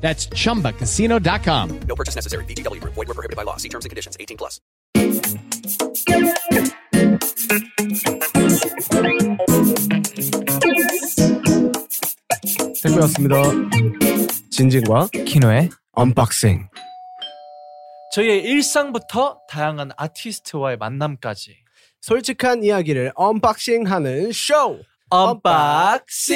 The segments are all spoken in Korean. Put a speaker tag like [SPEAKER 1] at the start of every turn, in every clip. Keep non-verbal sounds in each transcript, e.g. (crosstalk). [SPEAKER 1] That's chumbacasino.com.
[SPEAKER 2] No purchase necessary. VGW Group. Void were prohibited by law. See terms and conditions. 18 plus.
[SPEAKER 3] 택배였습니다. 진진과
[SPEAKER 4] 키노의
[SPEAKER 3] 언박싱.
[SPEAKER 4] 저희의 일상부터 다양한 아티스트와의 만남까지
[SPEAKER 3] 솔직한 이야기를 언박싱하는 쇼.
[SPEAKER 4] 언박싱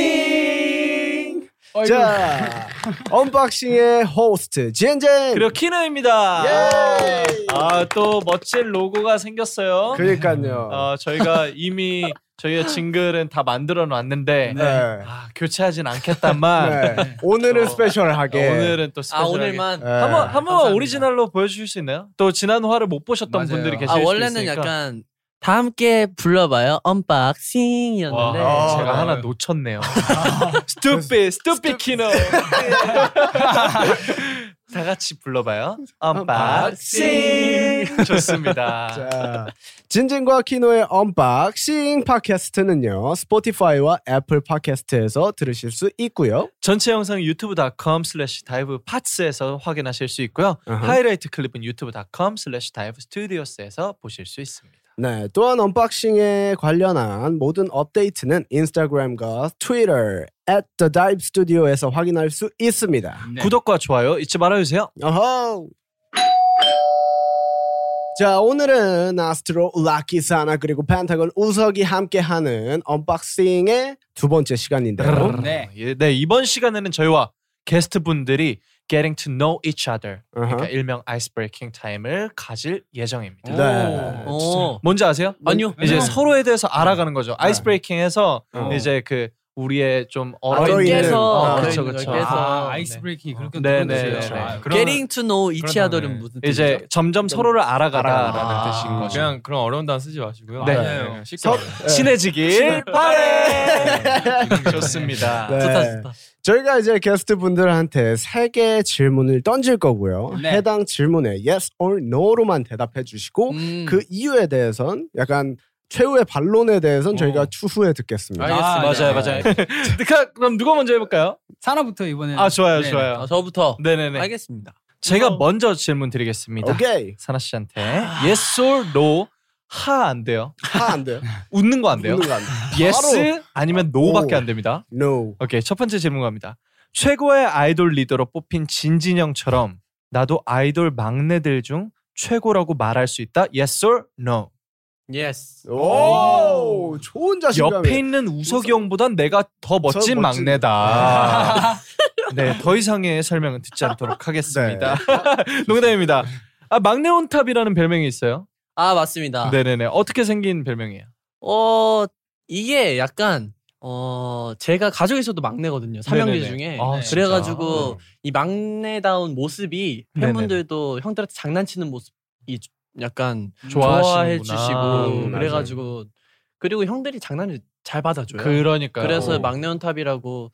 [SPEAKER 3] 자, (laughs) 언박싱의 호스트 진진.
[SPEAKER 4] 그리고 키노입니다.
[SPEAKER 3] 예!
[SPEAKER 4] 아 또 멋진 로고가 생겼어요.
[SPEAKER 3] 그러니까요.
[SPEAKER 4] 어, 저희가 이미 저희의 징글은 다 만들어 놨는데
[SPEAKER 3] 네.
[SPEAKER 4] 아, 교체하진 않겠다만
[SPEAKER 3] 네. 예. 오늘은
[SPEAKER 4] 어.
[SPEAKER 3] 스페셜하게.
[SPEAKER 4] 아. 오늘은 또
[SPEAKER 5] 아
[SPEAKER 4] 스페셜하게
[SPEAKER 5] 오늘만
[SPEAKER 3] 네.
[SPEAKER 4] 한번 한번
[SPEAKER 5] 감사합니다.
[SPEAKER 4] 오리지널로 보여주실 수 있나요? 또 지난 화를 못 보셨던
[SPEAKER 6] 맞아요.
[SPEAKER 4] 분들이 계실
[SPEAKER 5] 아
[SPEAKER 4] 수
[SPEAKER 5] 원래는
[SPEAKER 4] 있으니까.
[SPEAKER 5] 약간 다 함께 불러봐요
[SPEAKER 4] 와,
[SPEAKER 5] 언박싱이었는데
[SPEAKER 3] 아,
[SPEAKER 4] 제가
[SPEAKER 3] 네.
[SPEAKER 4] 하나 놓쳤네요. (laughs) 스투피 스투피 키노. (laughs) 다 같이 불러봐요. 언박싱. (laughs) 좋습니다.
[SPEAKER 3] 자, 진진과 키노의 언박싱 팟캐스트는요 스포티파이와 애플 팟캐스트에서 들으실 수 있고요.
[SPEAKER 4] 전체 영상 유튜브.com slash 다이브 파츠에서 확인하실 수 있고요.
[SPEAKER 3] 아하.
[SPEAKER 4] 하이라이트 클립은 유튜브.com slash 다이브 스튜디오스에서 보실 수 있습니다.
[SPEAKER 3] 네, 또한 언박싱에 관련한 모든 업데이트는 인스타그램과 트위터 at the dive studio에서 확인할 수 있습니다.
[SPEAKER 6] 네.
[SPEAKER 4] 구독과 좋아요 잊지 말아주세요.
[SPEAKER 3] 어허! 자, 오늘은 아스트로 라키 사나 그리고 펜타곤 우석이 함께하는 언박싱의 두 번째 시간인데요.
[SPEAKER 5] 음.
[SPEAKER 6] 네.
[SPEAKER 4] 예, 네, 이번 시간에는 저희와 게스트분들이 getting to know each other
[SPEAKER 3] 어허.
[SPEAKER 4] 그러니까 일명 아이스브레이킹 타임을 가질 예정입니다.
[SPEAKER 3] 네.
[SPEAKER 5] 오
[SPEAKER 4] 뭔지 아세요?
[SPEAKER 5] 아니요.
[SPEAKER 4] 이제
[SPEAKER 6] 네.
[SPEAKER 4] 서로에 대해서 알아가는 거죠. 아이스브레이킹에서
[SPEAKER 3] 어.
[SPEAKER 4] 이제 그 우리의 좀
[SPEAKER 3] 얼어있는-
[SPEAKER 5] 넓게서
[SPEAKER 3] 아,
[SPEAKER 4] 그렇죠,
[SPEAKER 5] 넓-
[SPEAKER 4] 그렇죠.
[SPEAKER 5] 넓게서.
[SPEAKER 6] 아,
[SPEAKER 5] 네.
[SPEAKER 6] 아이스 브레이킹 그렇게
[SPEAKER 4] 네,
[SPEAKER 6] 부르는
[SPEAKER 4] 네,
[SPEAKER 6] 거죠.
[SPEAKER 4] 네.
[SPEAKER 6] 아, 그럼
[SPEAKER 5] Getting to know each
[SPEAKER 6] 그런
[SPEAKER 5] other은
[SPEAKER 6] 다음에
[SPEAKER 5] 무슨 뜻이죠?
[SPEAKER 4] 이제 점점 서로를 알아가다라는
[SPEAKER 5] 알아가다.
[SPEAKER 4] 뜻인 거죠.
[SPEAKER 6] 그냥 그런 어려운 단어 쓰지 마시고요.
[SPEAKER 4] 네.
[SPEAKER 6] 맞아요. 쉽게
[SPEAKER 3] 서-
[SPEAKER 6] 말해요.
[SPEAKER 4] 친해지길 바래. 네. 좋습니다.
[SPEAKER 3] 네.
[SPEAKER 5] 좋다 좋다
[SPEAKER 3] 저희가 이제 게스트 분들한테 세 개의 질문을 던질 거고요.
[SPEAKER 6] 네.
[SPEAKER 3] 해당 질문에 yes or no로만 대답해 주시고
[SPEAKER 5] 음.
[SPEAKER 3] 그 이유에 대해선 약간 최후의 반론에 대해선
[SPEAKER 4] 어.
[SPEAKER 3] 저희가 추후에 듣겠습니다.
[SPEAKER 6] 알겠습니다. 네.
[SPEAKER 5] 아,
[SPEAKER 4] 맞아요, 맞아요. 그러니까 그럼 누가 먼저 해볼까요?
[SPEAKER 6] 사나부터 이번에
[SPEAKER 4] 아 좋아요,
[SPEAKER 6] 네.
[SPEAKER 4] 좋아요.
[SPEAKER 5] 아, 저부터
[SPEAKER 4] 네네네.
[SPEAKER 5] 알겠습니다
[SPEAKER 4] 제가 먼저 질문 드리겠습니다.
[SPEAKER 3] 오케이.
[SPEAKER 4] 사나 씨한테 yes or no 하 안 돼요.
[SPEAKER 3] 하안 돼요.
[SPEAKER 4] 웃는 거 안 돼요.
[SPEAKER 3] 웃는 거안 돼요.
[SPEAKER 4] (laughs) yes 아니면 no밖에 안 됩니다.
[SPEAKER 3] No.
[SPEAKER 4] 오케이 첫 번째 질문 갑니다. 최고의 아이돌 리더로 뽑힌 진진영처럼 나도 아이돌 막내들 중 최고라고 말할 수 있다. Yes or no.
[SPEAKER 5] 예스
[SPEAKER 3] 오, 좋은 자신감.
[SPEAKER 4] 옆에 있는 우석이 형보단 내가 더
[SPEAKER 3] 멋진-
[SPEAKER 4] 멋진 막내다. (laughs) 네, 더 이상의 설명은 듣지 않도록 하겠습니다. (laughs) 농담입니다. 아, 막내 온탑이라는 별명이 있어요?
[SPEAKER 5] 아 맞습니다
[SPEAKER 4] 네네네. 어떻게 생긴 별명이에요?
[SPEAKER 5] 어 이게 약간 어 제가 가족에서도 막내거든요 삼형제
[SPEAKER 4] 네네네.
[SPEAKER 5] 중에
[SPEAKER 4] 아,
[SPEAKER 6] 네.
[SPEAKER 4] 진짜?
[SPEAKER 5] 그래가지고 이 막내다운 모습이
[SPEAKER 4] 네네.
[SPEAKER 5] 팬분들도 형들한테 장난치는 모습이 주- 약간 좋아해
[SPEAKER 4] 좋아하시는구나.
[SPEAKER 5] 주시고
[SPEAKER 3] 음,
[SPEAKER 5] 그래가지고 그리고 형들이 장난을 잘 받아줘요.
[SPEAKER 4] 그러니까요.
[SPEAKER 5] 그래서 막내온탑이라고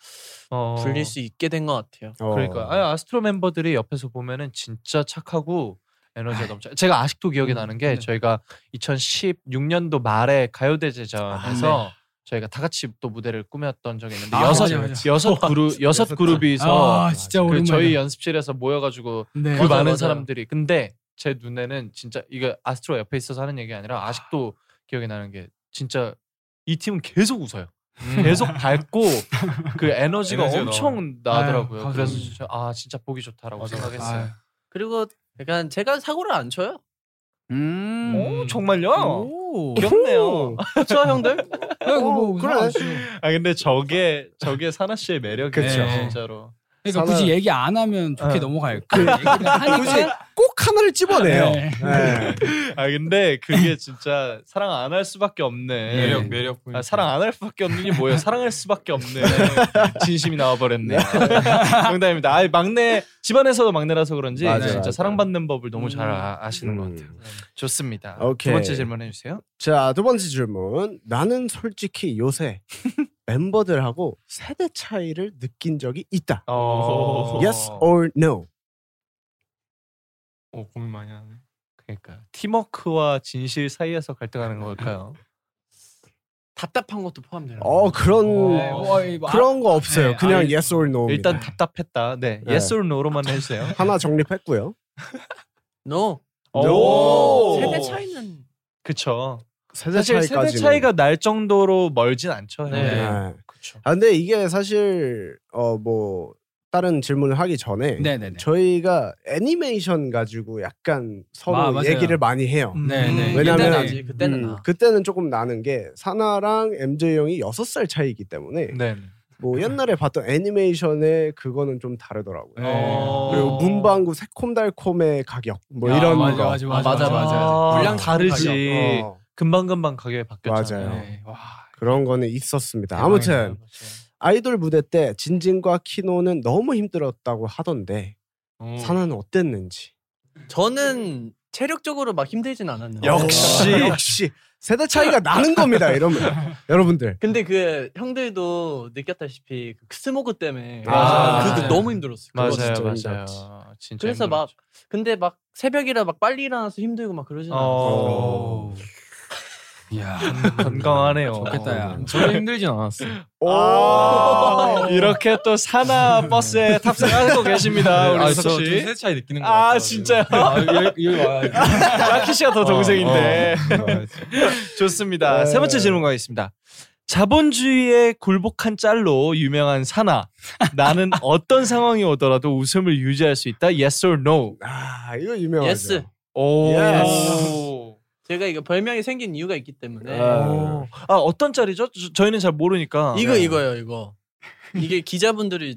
[SPEAKER 4] 어.
[SPEAKER 5] 불릴 수 있게 된 것 같아요.
[SPEAKER 3] 어.
[SPEAKER 4] 그러니까 아니, 아스트로 멤버들이 옆에서 보면은 진짜 착하고 에너지가 넘쳐. 제가 아직도 기억이
[SPEAKER 6] 음,
[SPEAKER 4] 나는 게
[SPEAKER 6] 네.
[SPEAKER 4] 저희가 2016년도 말에 가요대제전에서
[SPEAKER 6] 아,
[SPEAKER 4] 저희가 다 같이 또 무대를 꾸몄던 적이 있는데
[SPEAKER 6] 아,
[SPEAKER 4] 여섯
[SPEAKER 6] 맞아, 맞아.
[SPEAKER 4] 여섯
[SPEAKER 6] (laughs)
[SPEAKER 4] 그룹 여섯
[SPEAKER 3] 여섯
[SPEAKER 4] 그룹이서
[SPEAKER 6] 아, 진짜
[SPEAKER 4] 그
[SPEAKER 6] 오랜만에.
[SPEAKER 4] 저희 연습실에서 모여가지고
[SPEAKER 6] 네.
[SPEAKER 4] 그
[SPEAKER 5] 맞아,
[SPEAKER 4] 많은
[SPEAKER 5] 맞아.
[SPEAKER 4] 사람들이 근데 제 눈에는 진짜 이게 아스트로 옆에 있어서 하는 얘기 아니라 아직도 기억이 나는 게 진짜 이 팀은 계속 웃어요. 계속 (laughs) 밝고 그 음. 에너지가
[SPEAKER 6] 에너지가
[SPEAKER 4] 엄청 나더라고요.
[SPEAKER 6] 아유,
[SPEAKER 4] 그래서
[SPEAKER 6] 감사합니다.
[SPEAKER 4] 진짜 아 진짜 보기 좋다라고
[SPEAKER 6] 맞아.
[SPEAKER 4] 생각했어요.
[SPEAKER 6] 아,
[SPEAKER 5] 그리고 약간 제가 사고를 안 쳐요.
[SPEAKER 6] 음.
[SPEAKER 4] 오 정말요?
[SPEAKER 6] 오.
[SPEAKER 4] 귀엽네요.
[SPEAKER 5] 그쵸 형들? (laughs)
[SPEAKER 6] 어,
[SPEAKER 3] 오,
[SPEAKER 6] 뭐,
[SPEAKER 3] 그래.
[SPEAKER 6] 그래.
[SPEAKER 4] 아 근데 저게 저게 사나 씨의 매력이에요.
[SPEAKER 6] 그쵸.
[SPEAKER 4] 진짜로.
[SPEAKER 6] 그러니까
[SPEAKER 3] 사나이-
[SPEAKER 6] 굳이 얘기 안 하면 좋게
[SPEAKER 4] 어.
[SPEAKER 6] 넘어갈 거. 얘기를 하니까
[SPEAKER 3] 꼭 하나를 집어내요.
[SPEAKER 6] 네.
[SPEAKER 3] 네.
[SPEAKER 4] 아 근데 그게 진짜 사랑 안 할 수밖에 없네.
[SPEAKER 6] 매력,
[SPEAKER 4] 매력. 아, 사랑 안 할 수밖에 없는 게 뭐예요? 사랑할 수밖에 없네. 진심이 나와버렸네. 농담입니다. 아 막내 집안에서도 막내라서 그런지
[SPEAKER 3] 맞아,
[SPEAKER 4] 진짜
[SPEAKER 3] 맞아.
[SPEAKER 4] 사랑받는 법을 너무 잘 아, 시는것
[SPEAKER 3] 음.
[SPEAKER 4] 같아요. 좋습니다.
[SPEAKER 3] 오케이.
[SPEAKER 4] 두 번째 질문 해주세요.
[SPEAKER 3] 자, 두 번째 질문. 나는 솔직히 요새
[SPEAKER 4] (laughs)
[SPEAKER 3] 멤버들하고 세대 차이를 느낀 적이 있다.
[SPEAKER 4] 어...
[SPEAKER 3] Yes 어. or no?
[SPEAKER 4] 오 고민 많이 하네. 그러니까 팀워크와 진실 사이에서 갈등하는 걸까요?
[SPEAKER 5] 답답한 것도 포함돼요.
[SPEAKER 3] 어, 그런
[SPEAKER 6] 네, 뭐, 이 뭐, 아,
[SPEAKER 3] 그런 거 없어요.
[SPEAKER 6] 네,
[SPEAKER 3] 그냥
[SPEAKER 6] 아니,
[SPEAKER 3] yes or no.
[SPEAKER 4] 일단 답답했다. 네,
[SPEAKER 3] 네.
[SPEAKER 4] yes or no로만 해주세요.
[SPEAKER 3] 하나 정립했고요.
[SPEAKER 5] No.
[SPEAKER 3] No. 오.
[SPEAKER 5] 세대 차이는
[SPEAKER 4] 그쵸.
[SPEAKER 3] 세대
[SPEAKER 4] 사실 세대
[SPEAKER 3] 차이까지는.
[SPEAKER 4] 차이가 날 정도로 멀진 않죠.
[SPEAKER 5] 네.
[SPEAKER 4] 네.
[SPEAKER 3] 네.
[SPEAKER 4] 그쵸.
[SPEAKER 3] 아, 근데 이게 사실 어 뭐 다른 질문을 하기 전에
[SPEAKER 6] 아, 네네네.
[SPEAKER 3] 저희가 애니메이션 가지고 약간 서로
[SPEAKER 6] 아, 맞아요.
[SPEAKER 3] 얘기를 많이 해요.
[SPEAKER 4] 음,
[SPEAKER 6] 네, 네.
[SPEAKER 3] 왜냐면-
[SPEAKER 5] 그때는 아직 그때는
[SPEAKER 3] 음,
[SPEAKER 5] 나.
[SPEAKER 3] 그때는 조금 나는 게 사나랑 MJ 형이 6살 차이기 때문에
[SPEAKER 6] 음.
[SPEAKER 4] 네.
[SPEAKER 3] 뭐 옛날에 봤던 애니메이션의 그거는 좀 다르더라고요.
[SPEAKER 6] 네. 어.
[SPEAKER 3] 그리고 문방구 새콤달콤의 가격 뭐 이런
[SPEAKER 6] 맞아,
[SPEAKER 3] 거
[SPEAKER 6] 맞아, 맞아, 맞아, 맞아.
[SPEAKER 4] 물량
[SPEAKER 5] 물량
[SPEAKER 4] 다르지.
[SPEAKER 3] 어,
[SPEAKER 4] 금방금방 가격이 바뀌었잖아요.
[SPEAKER 3] 맞아요.
[SPEAKER 6] 네. 와.
[SPEAKER 3] 그런 거는 있었습니다. 아무튼 아이돌 무대 때 진진과 키노는 너무 힘들었다고 하던데 사나는 어땠는지.
[SPEAKER 5] 저는 체력적으로 막 힘들진 않았는데.
[SPEAKER 3] 역시 역시 세대 차이가 나는 겁니다. 이러면 여러분들.
[SPEAKER 5] 근데 그 형들도 느꼈다시피 그 스모그 때문에
[SPEAKER 4] 맞아요.
[SPEAKER 5] 그거
[SPEAKER 4] 맞아요.
[SPEAKER 5] 너무 힘들었어요. 그거
[SPEAKER 4] 맞아요,
[SPEAKER 5] 진짜.
[SPEAKER 3] 진짜
[SPEAKER 4] 맞아요. 진짜
[SPEAKER 5] 그래서 막 근데 막 새벽이라 막 빨리 일어나서 힘들고 막 그러진 않았어요.
[SPEAKER 4] 어.
[SPEAKER 6] 이야.
[SPEAKER 4] 건강하네요.
[SPEAKER 6] 좋겠다, 야.
[SPEAKER 7] 저는 힘들진 않았어요.
[SPEAKER 3] 아,
[SPEAKER 4] 오, 어, 이렇게 또 사나 버스에 탑승하고 계십니다. 우리
[SPEAKER 7] 아,
[SPEAKER 4] 석
[SPEAKER 7] 저
[SPEAKER 4] 씨
[SPEAKER 7] 세대 차이 느끼는 거
[SPEAKER 4] 아,
[SPEAKER 7] 같아요.
[SPEAKER 4] 진짜요?
[SPEAKER 7] 아, 여기, 여기 와요.
[SPEAKER 4] 라키 씨가 더 동생인데. (laughs) 좋습니다.
[SPEAKER 3] 네.
[SPEAKER 4] 세 번째 질문 가겠습니다. 자본주의의 굴복한 짤로 유명한 사나 나는 어떤 상황이 오더라도 웃음을 유지할 수 있다. Yes or no?
[SPEAKER 3] 아 이거 유명하죠.
[SPEAKER 5] Yes.
[SPEAKER 4] 오.
[SPEAKER 3] Yes.
[SPEAKER 5] 제가 이거 별명이 생긴 이유가 있기 때문에
[SPEAKER 3] 아,
[SPEAKER 4] 아 어떤 짤이죠? 저, 희는잘 모르니까. 네.
[SPEAKER 5] 이거 이거예요 이거 이게 기자분들이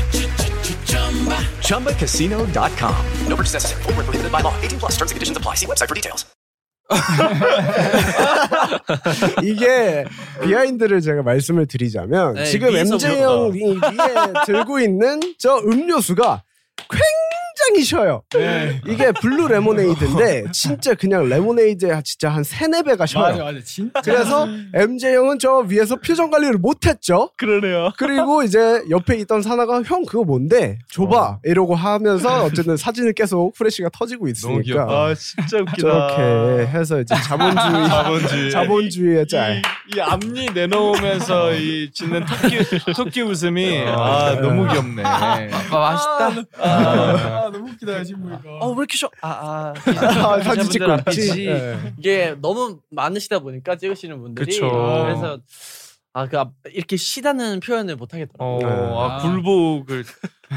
[SPEAKER 8] ChumbaCasino.com.
[SPEAKER 2] No purchase necessary. Void were prohibited by law. 18 plus. Terms and conditions apply. See website for details.
[SPEAKER 3] 이게 비하인드를 제가 말씀을 드리자면
[SPEAKER 5] 네,
[SPEAKER 3] 지금
[SPEAKER 5] 위에서
[SPEAKER 3] MJ
[SPEAKER 5] 물어봐.
[SPEAKER 3] 형이 위에 들고 있는 저 음료수가 굉장히 쉬어요. 이게 블루 레모네이드인데 진짜 그냥 레모네이드의 진짜 한 세네 배가 쉬어요.
[SPEAKER 6] 맞아, 맞아. 진짜.
[SPEAKER 3] 그래서 MJ 형은 저 위에서 표정 관리를 못했죠.
[SPEAKER 4] 그러네요.
[SPEAKER 3] 그리고 이제 옆에 있던 사나가 형 그거 뭔데 줘봐 이러고 하면서 어쨌든 사진을 계속 후레쉬가 터지고
[SPEAKER 7] 너무 귀엽다.
[SPEAKER 3] 있으니까
[SPEAKER 4] 아, 진짜
[SPEAKER 3] 이렇게 해서 이제 자본주의
[SPEAKER 4] 자본주의.
[SPEAKER 3] 자본주의의 짤.
[SPEAKER 4] 이, 이 앞니 내놓으면서 이 짖는 토끼 토끼 웃음이
[SPEAKER 3] 어.
[SPEAKER 4] 아 너무 귀엽네.
[SPEAKER 7] 맛있다.
[SPEAKER 6] 아, 너무 웃기다, 지금
[SPEAKER 5] 어 왜 이렇게 쉬어
[SPEAKER 4] 아,
[SPEAKER 3] 아, 사진 찍고 있지.
[SPEAKER 4] 네.
[SPEAKER 3] 예.
[SPEAKER 5] 이게 너무 많으시다 보니까 찍으시는 분들이
[SPEAKER 4] 그쵸.
[SPEAKER 5] 그래서 아그 이렇게 쉬다는 표현을 못 하겠더라고.
[SPEAKER 4] 어,
[SPEAKER 3] 아.
[SPEAKER 4] 아, 굴복을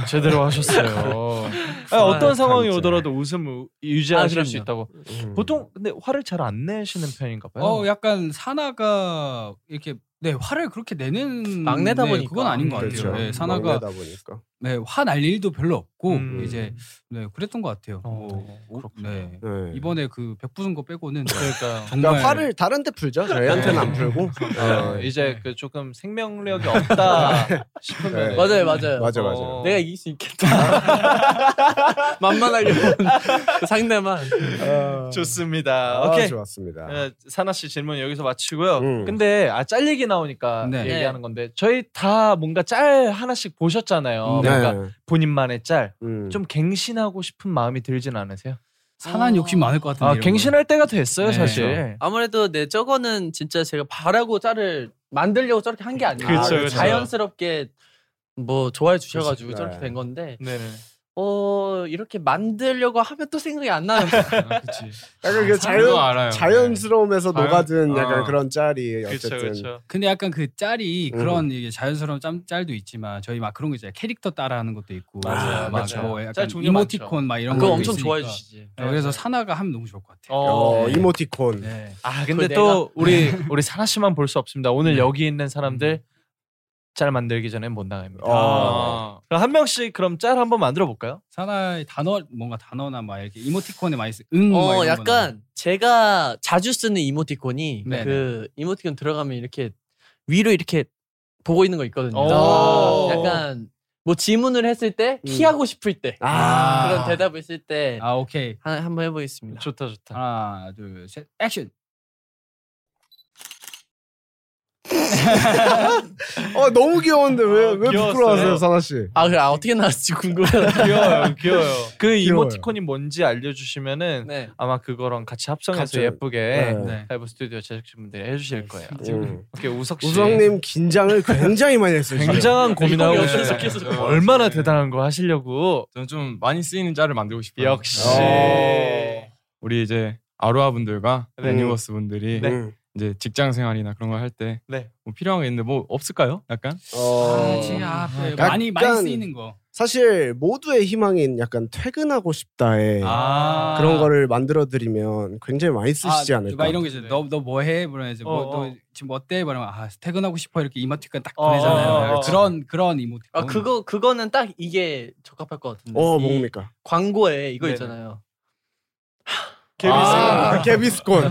[SPEAKER 4] 제대로 하셨어요. 네. 아, 어떤 상황이 오더라도 웃음을 유지하실
[SPEAKER 5] 아,
[SPEAKER 4] 수
[SPEAKER 5] 그럼요.
[SPEAKER 4] 있다고. 네. 보통 근데 화를 잘 안 내시는 편인가 봐요.
[SPEAKER 6] 어, 약간 사나가 이렇게 네 화를 그렇게 내는
[SPEAKER 5] 막내다
[SPEAKER 6] 네,
[SPEAKER 5] 보니까.
[SPEAKER 6] 그건 아닌 것 같아요.
[SPEAKER 5] 그렇죠.
[SPEAKER 6] 네, 사나가
[SPEAKER 3] 막내다 보니까.
[SPEAKER 6] 네, 화 날 일도 별로 없고
[SPEAKER 4] 음.
[SPEAKER 6] 이제 네 그랬던 것 같아요.
[SPEAKER 4] 어,
[SPEAKER 6] 뭐,
[SPEAKER 4] 그렇군요.
[SPEAKER 6] 네.
[SPEAKER 3] 네.
[SPEAKER 6] 이번에 그 백부순 거 빼고는
[SPEAKER 4] (laughs) 그러니까
[SPEAKER 6] 정말
[SPEAKER 3] 그러니까 화를 다른 데 풀죠. 저희한테는 안
[SPEAKER 4] (laughs)
[SPEAKER 3] 풀고.
[SPEAKER 4] 어, 네. 이제 그 조금 생명력이 (laughs) 없다 싶으면
[SPEAKER 3] 네.
[SPEAKER 5] 맞아요, 맞아요.
[SPEAKER 3] 맞아 맞아.
[SPEAKER 4] 어.
[SPEAKER 5] 내가 이길 수 있겠다. (laughs) 만만하게 본그 상대만.
[SPEAKER 4] 어. 좋습니다.
[SPEAKER 3] 아,
[SPEAKER 4] 오케이.
[SPEAKER 3] 좋았습니다.
[SPEAKER 4] 예, 사나 씨 질문 여기서 마치고요.
[SPEAKER 3] 음.
[SPEAKER 4] 근데 아, 짤 얘기 나오니까
[SPEAKER 6] 네.
[SPEAKER 4] 얘기하는 건데 저희 다 뭔가 짤 하나씩 보셨잖아요. 그러니까
[SPEAKER 6] 네.
[SPEAKER 4] 어, 뭔가 본인만의 짤.
[SPEAKER 3] 음.
[SPEAKER 4] 좀 갱신하고 싶은 마음이 들진 않으세요?
[SPEAKER 6] 상한 욕심 많을 것 같은데.
[SPEAKER 4] 아,
[SPEAKER 3] 음.
[SPEAKER 6] 이런
[SPEAKER 4] 갱신할 때가 됐어요,
[SPEAKER 6] 네.
[SPEAKER 3] 그렇죠.
[SPEAKER 4] 사실.
[SPEAKER 5] 아무래도 네 저거는 진짜 제가 바라고 짤을 만들려고 저렇게 한 게 아니라
[SPEAKER 6] 그렇죠,
[SPEAKER 4] 그쵸, 그쵸.
[SPEAKER 5] 자연스럽게 뭐 좋아해 주셔가지고
[SPEAKER 6] 그렇죠.
[SPEAKER 3] 그쵸,
[SPEAKER 5] 저렇게
[SPEAKER 3] 네.
[SPEAKER 5] 된 건데
[SPEAKER 4] 네, 네.
[SPEAKER 5] 어 이렇게 만들려고 하면 또 생각이 안 나는 거예요.
[SPEAKER 7] 아, 그치.
[SPEAKER 3] 약간 그
[SPEAKER 7] 그거
[SPEAKER 3] 자연
[SPEAKER 7] 알아요.
[SPEAKER 6] 네.
[SPEAKER 3] 자연스러움에서
[SPEAKER 7] 자연-
[SPEAKER 3] 녹아든 약간
[SPEAKER 7] 어.
[SPEAKER 3] 그런 짤이
[SPEAKER 4] 네. 그렇죠,
[SPEAKER 3] 네, 어쨌든
[SPEAKER 4] 그렇죠.
[SPEAKER 6] 거. 근데 약간 그 짤이
[SPEAKER 3] 음.
[SPEAKER 6] 그런 이게 자연스러운 짬, 짤도 있지만 저희 막 그런 거 있잖아요. 캐릭터 따라하는 것도 있고
[SPEAKER 4] 맞아요,
[SPEAKER 6] 막
[SPEAKER 4] 맞아요.
[SPEAKER 6] 뭐
[SPEAKER 4] 짤
[SPEAKER 6] 약간
[SPEAKER 4] 종류
[SPEAKER 6] 이모티콘 막 (laughs) 이런
[SPEAKER 5] 그거
[SPEAKER 6] 거 네,
[SPEAKER 5] 엄청 좋아해 주시지.
[SPEAKER 6] 그래서 사나가 하면 너무 좋을 것 같아요.
[SPEAKER 3] 어,
[SPEAKER 4] 네.
[SPEAKER 3] 이모티콘.
[SPEAKER 6] 네.
[SPEAKER 4] 아, 근데
[SPEAKER 5] 그걸
[SPEAKER 4] (laughs) 또 우리 우리 사나 씨만 볼 수 없습니다.
[SPEAKER 3] 네.
[SPEAKER 4] 오늘 여기 있는 사람들 짤 만들기 전에 못 나갑니다.
[SPEAKER 3] 어.
[SPEAKER 4] 그럼 한 명씩 그럼 짤 한번 만들어 볼까요?
[SPEAKER 6] 사나의 단어 뭔가 단어나 막 이렇게 이모티콘에 많이 쓰. 응. 음, 막
[SPEAKER 5] 어
[SPEAKER 6] 이런
[SPEAKER 5] 약간 제가 자주 쓰는 이모티콘이
[SPEAKER 6] 네,
[SPEAKER 5] 그 이모티콘 들어가면 이렇게 위로 이렇게 보고 있는 거 있거든요.
[SPEAKER 4] 오.
[SPEAKER 5] 약간 뭐 질문을 했을 때 피하고 싶을 때
[SPEAKER 6] 음. 아.
[SPEAKER 5] 그런 대답을 쓸 때
[SPEAKER 6] 거는. 아 오케이.
[SPEAKER 5] 하- 한번 해보겠습니다.
[SPEAKER 4] 네. 좋다, 좋다.
[SPEAKER 6] 하나 둘 셋. 액션.
[SPEAKER 3] 어 너무 귀여운데 왜 왜
[SPEAKER 4] 어, 아, 귀여웠어요.
[SPEAKER 3] 부끄러워하세요, 사나 씨?
[SPEAKER 5] 아 그래 아, 어떻게 나왔지 궁금해.
[SPEAKER 4] 아, 귀여워요, (laughs) 귀여워요. 그
[SPEAKER 3] 귀여워요.
[SPEAKER 4] 이모티콘이 뭔지 알려주시면은
[SPEAKER 5] (laughs) 네.
[SPEAKER 4] 아마 그거랑 같이 합성해서
[SPEAKER 3] 같이,
[SPEAKER 4] 예쁘게
[SPEAKER 3] 네.
[SPEAKER 6] 네.
[SPEAKER 4] 라이브 스튜디오 제작진분들이 해주실 거예요.
[SPEAKER 3] 음.
[SPEAKER 4] 오케이, 우석 씨.
[SPEAKER 3] 우성님 긴장을 굉장히 많이 했어요. 지금.
[SPEAKER 4] 굉장한
[SPEAKER 3] 네.
[SPEAKER 4] 고민하고
[SPEAKER 5] 이거
[SPEAKER 4] 있어요.
[SPEAKER 5] 계속해서
[SPEAKER 4] 얼마나 대단한 거 하시려고
[SPEAKER 7] 네. 저는 좀 많이 쓰이는 짤을 만들고 싶어요.
[SPEAKER 4] 역시
[SPEAKER 3] 어.
[SPEAKER 7] 우리 이제 아로하 분들과
[SPEAKER 4] 네.
[SPEAKER 7] 유니버스 분들이
[SPEAKER 3] 음.
[SPEAKER 7] 이제 직장 생활이나 그런 걸 할 때
[SPEAKER 4] 네.
[SPEAKER 7] 뭐 필요한 게 있는데 뭐 없을까요? 약간
[SPEAKER 3] 어,
[SPEAKER 6] 아, 제 앞에
[SPEAKER 3] 약간-
[SPEAKER 6] 많이 많이 쓰이는 거.
[SPEAKER 3] 사실 모두의 희망인 약간 퇴근하고 싶다에
[SPEAKER 6] 아.
[SPEAKER 3] 예. 그런 거를 만들어 드리면 굉장히 많이 쓰시지
[SPEAKER 6] 아,
[SPEAKER 3] 않을까.
[SPEAKER 6] 막 이런 게 이제 너너 뭐해? 그러면 이제
[SPEAKER 4] 네. 어,
[SPEAKER 6] 뭐너
[SPEAKER 4] 어.
[SPEAKER 6] 지금 어때? 그러면 아 퇴근하고 싶어 이렇게 이모티콘 딱
[SPEAKER 4] 어,
[SPEAKER 6] 보내잖아요.
[SPEAKER 4] 어, 어, 어.
[SPEAKER 6] 그런 그런 이모티콘.
[SPEAKER 5] 아 그거 그거는 딱 이게 적합할 것 같은데.
[SPEAKER 3] 어
[SPEAKER 5] 이
[SPEAKER 3] 뭡니까?
[SPEAKER 5] 광고에 이거
[SPEAKER 4] 네네.
[SPEAKER 5] 있잖아요.
[SPEAKER 3] 아, 개비스콘.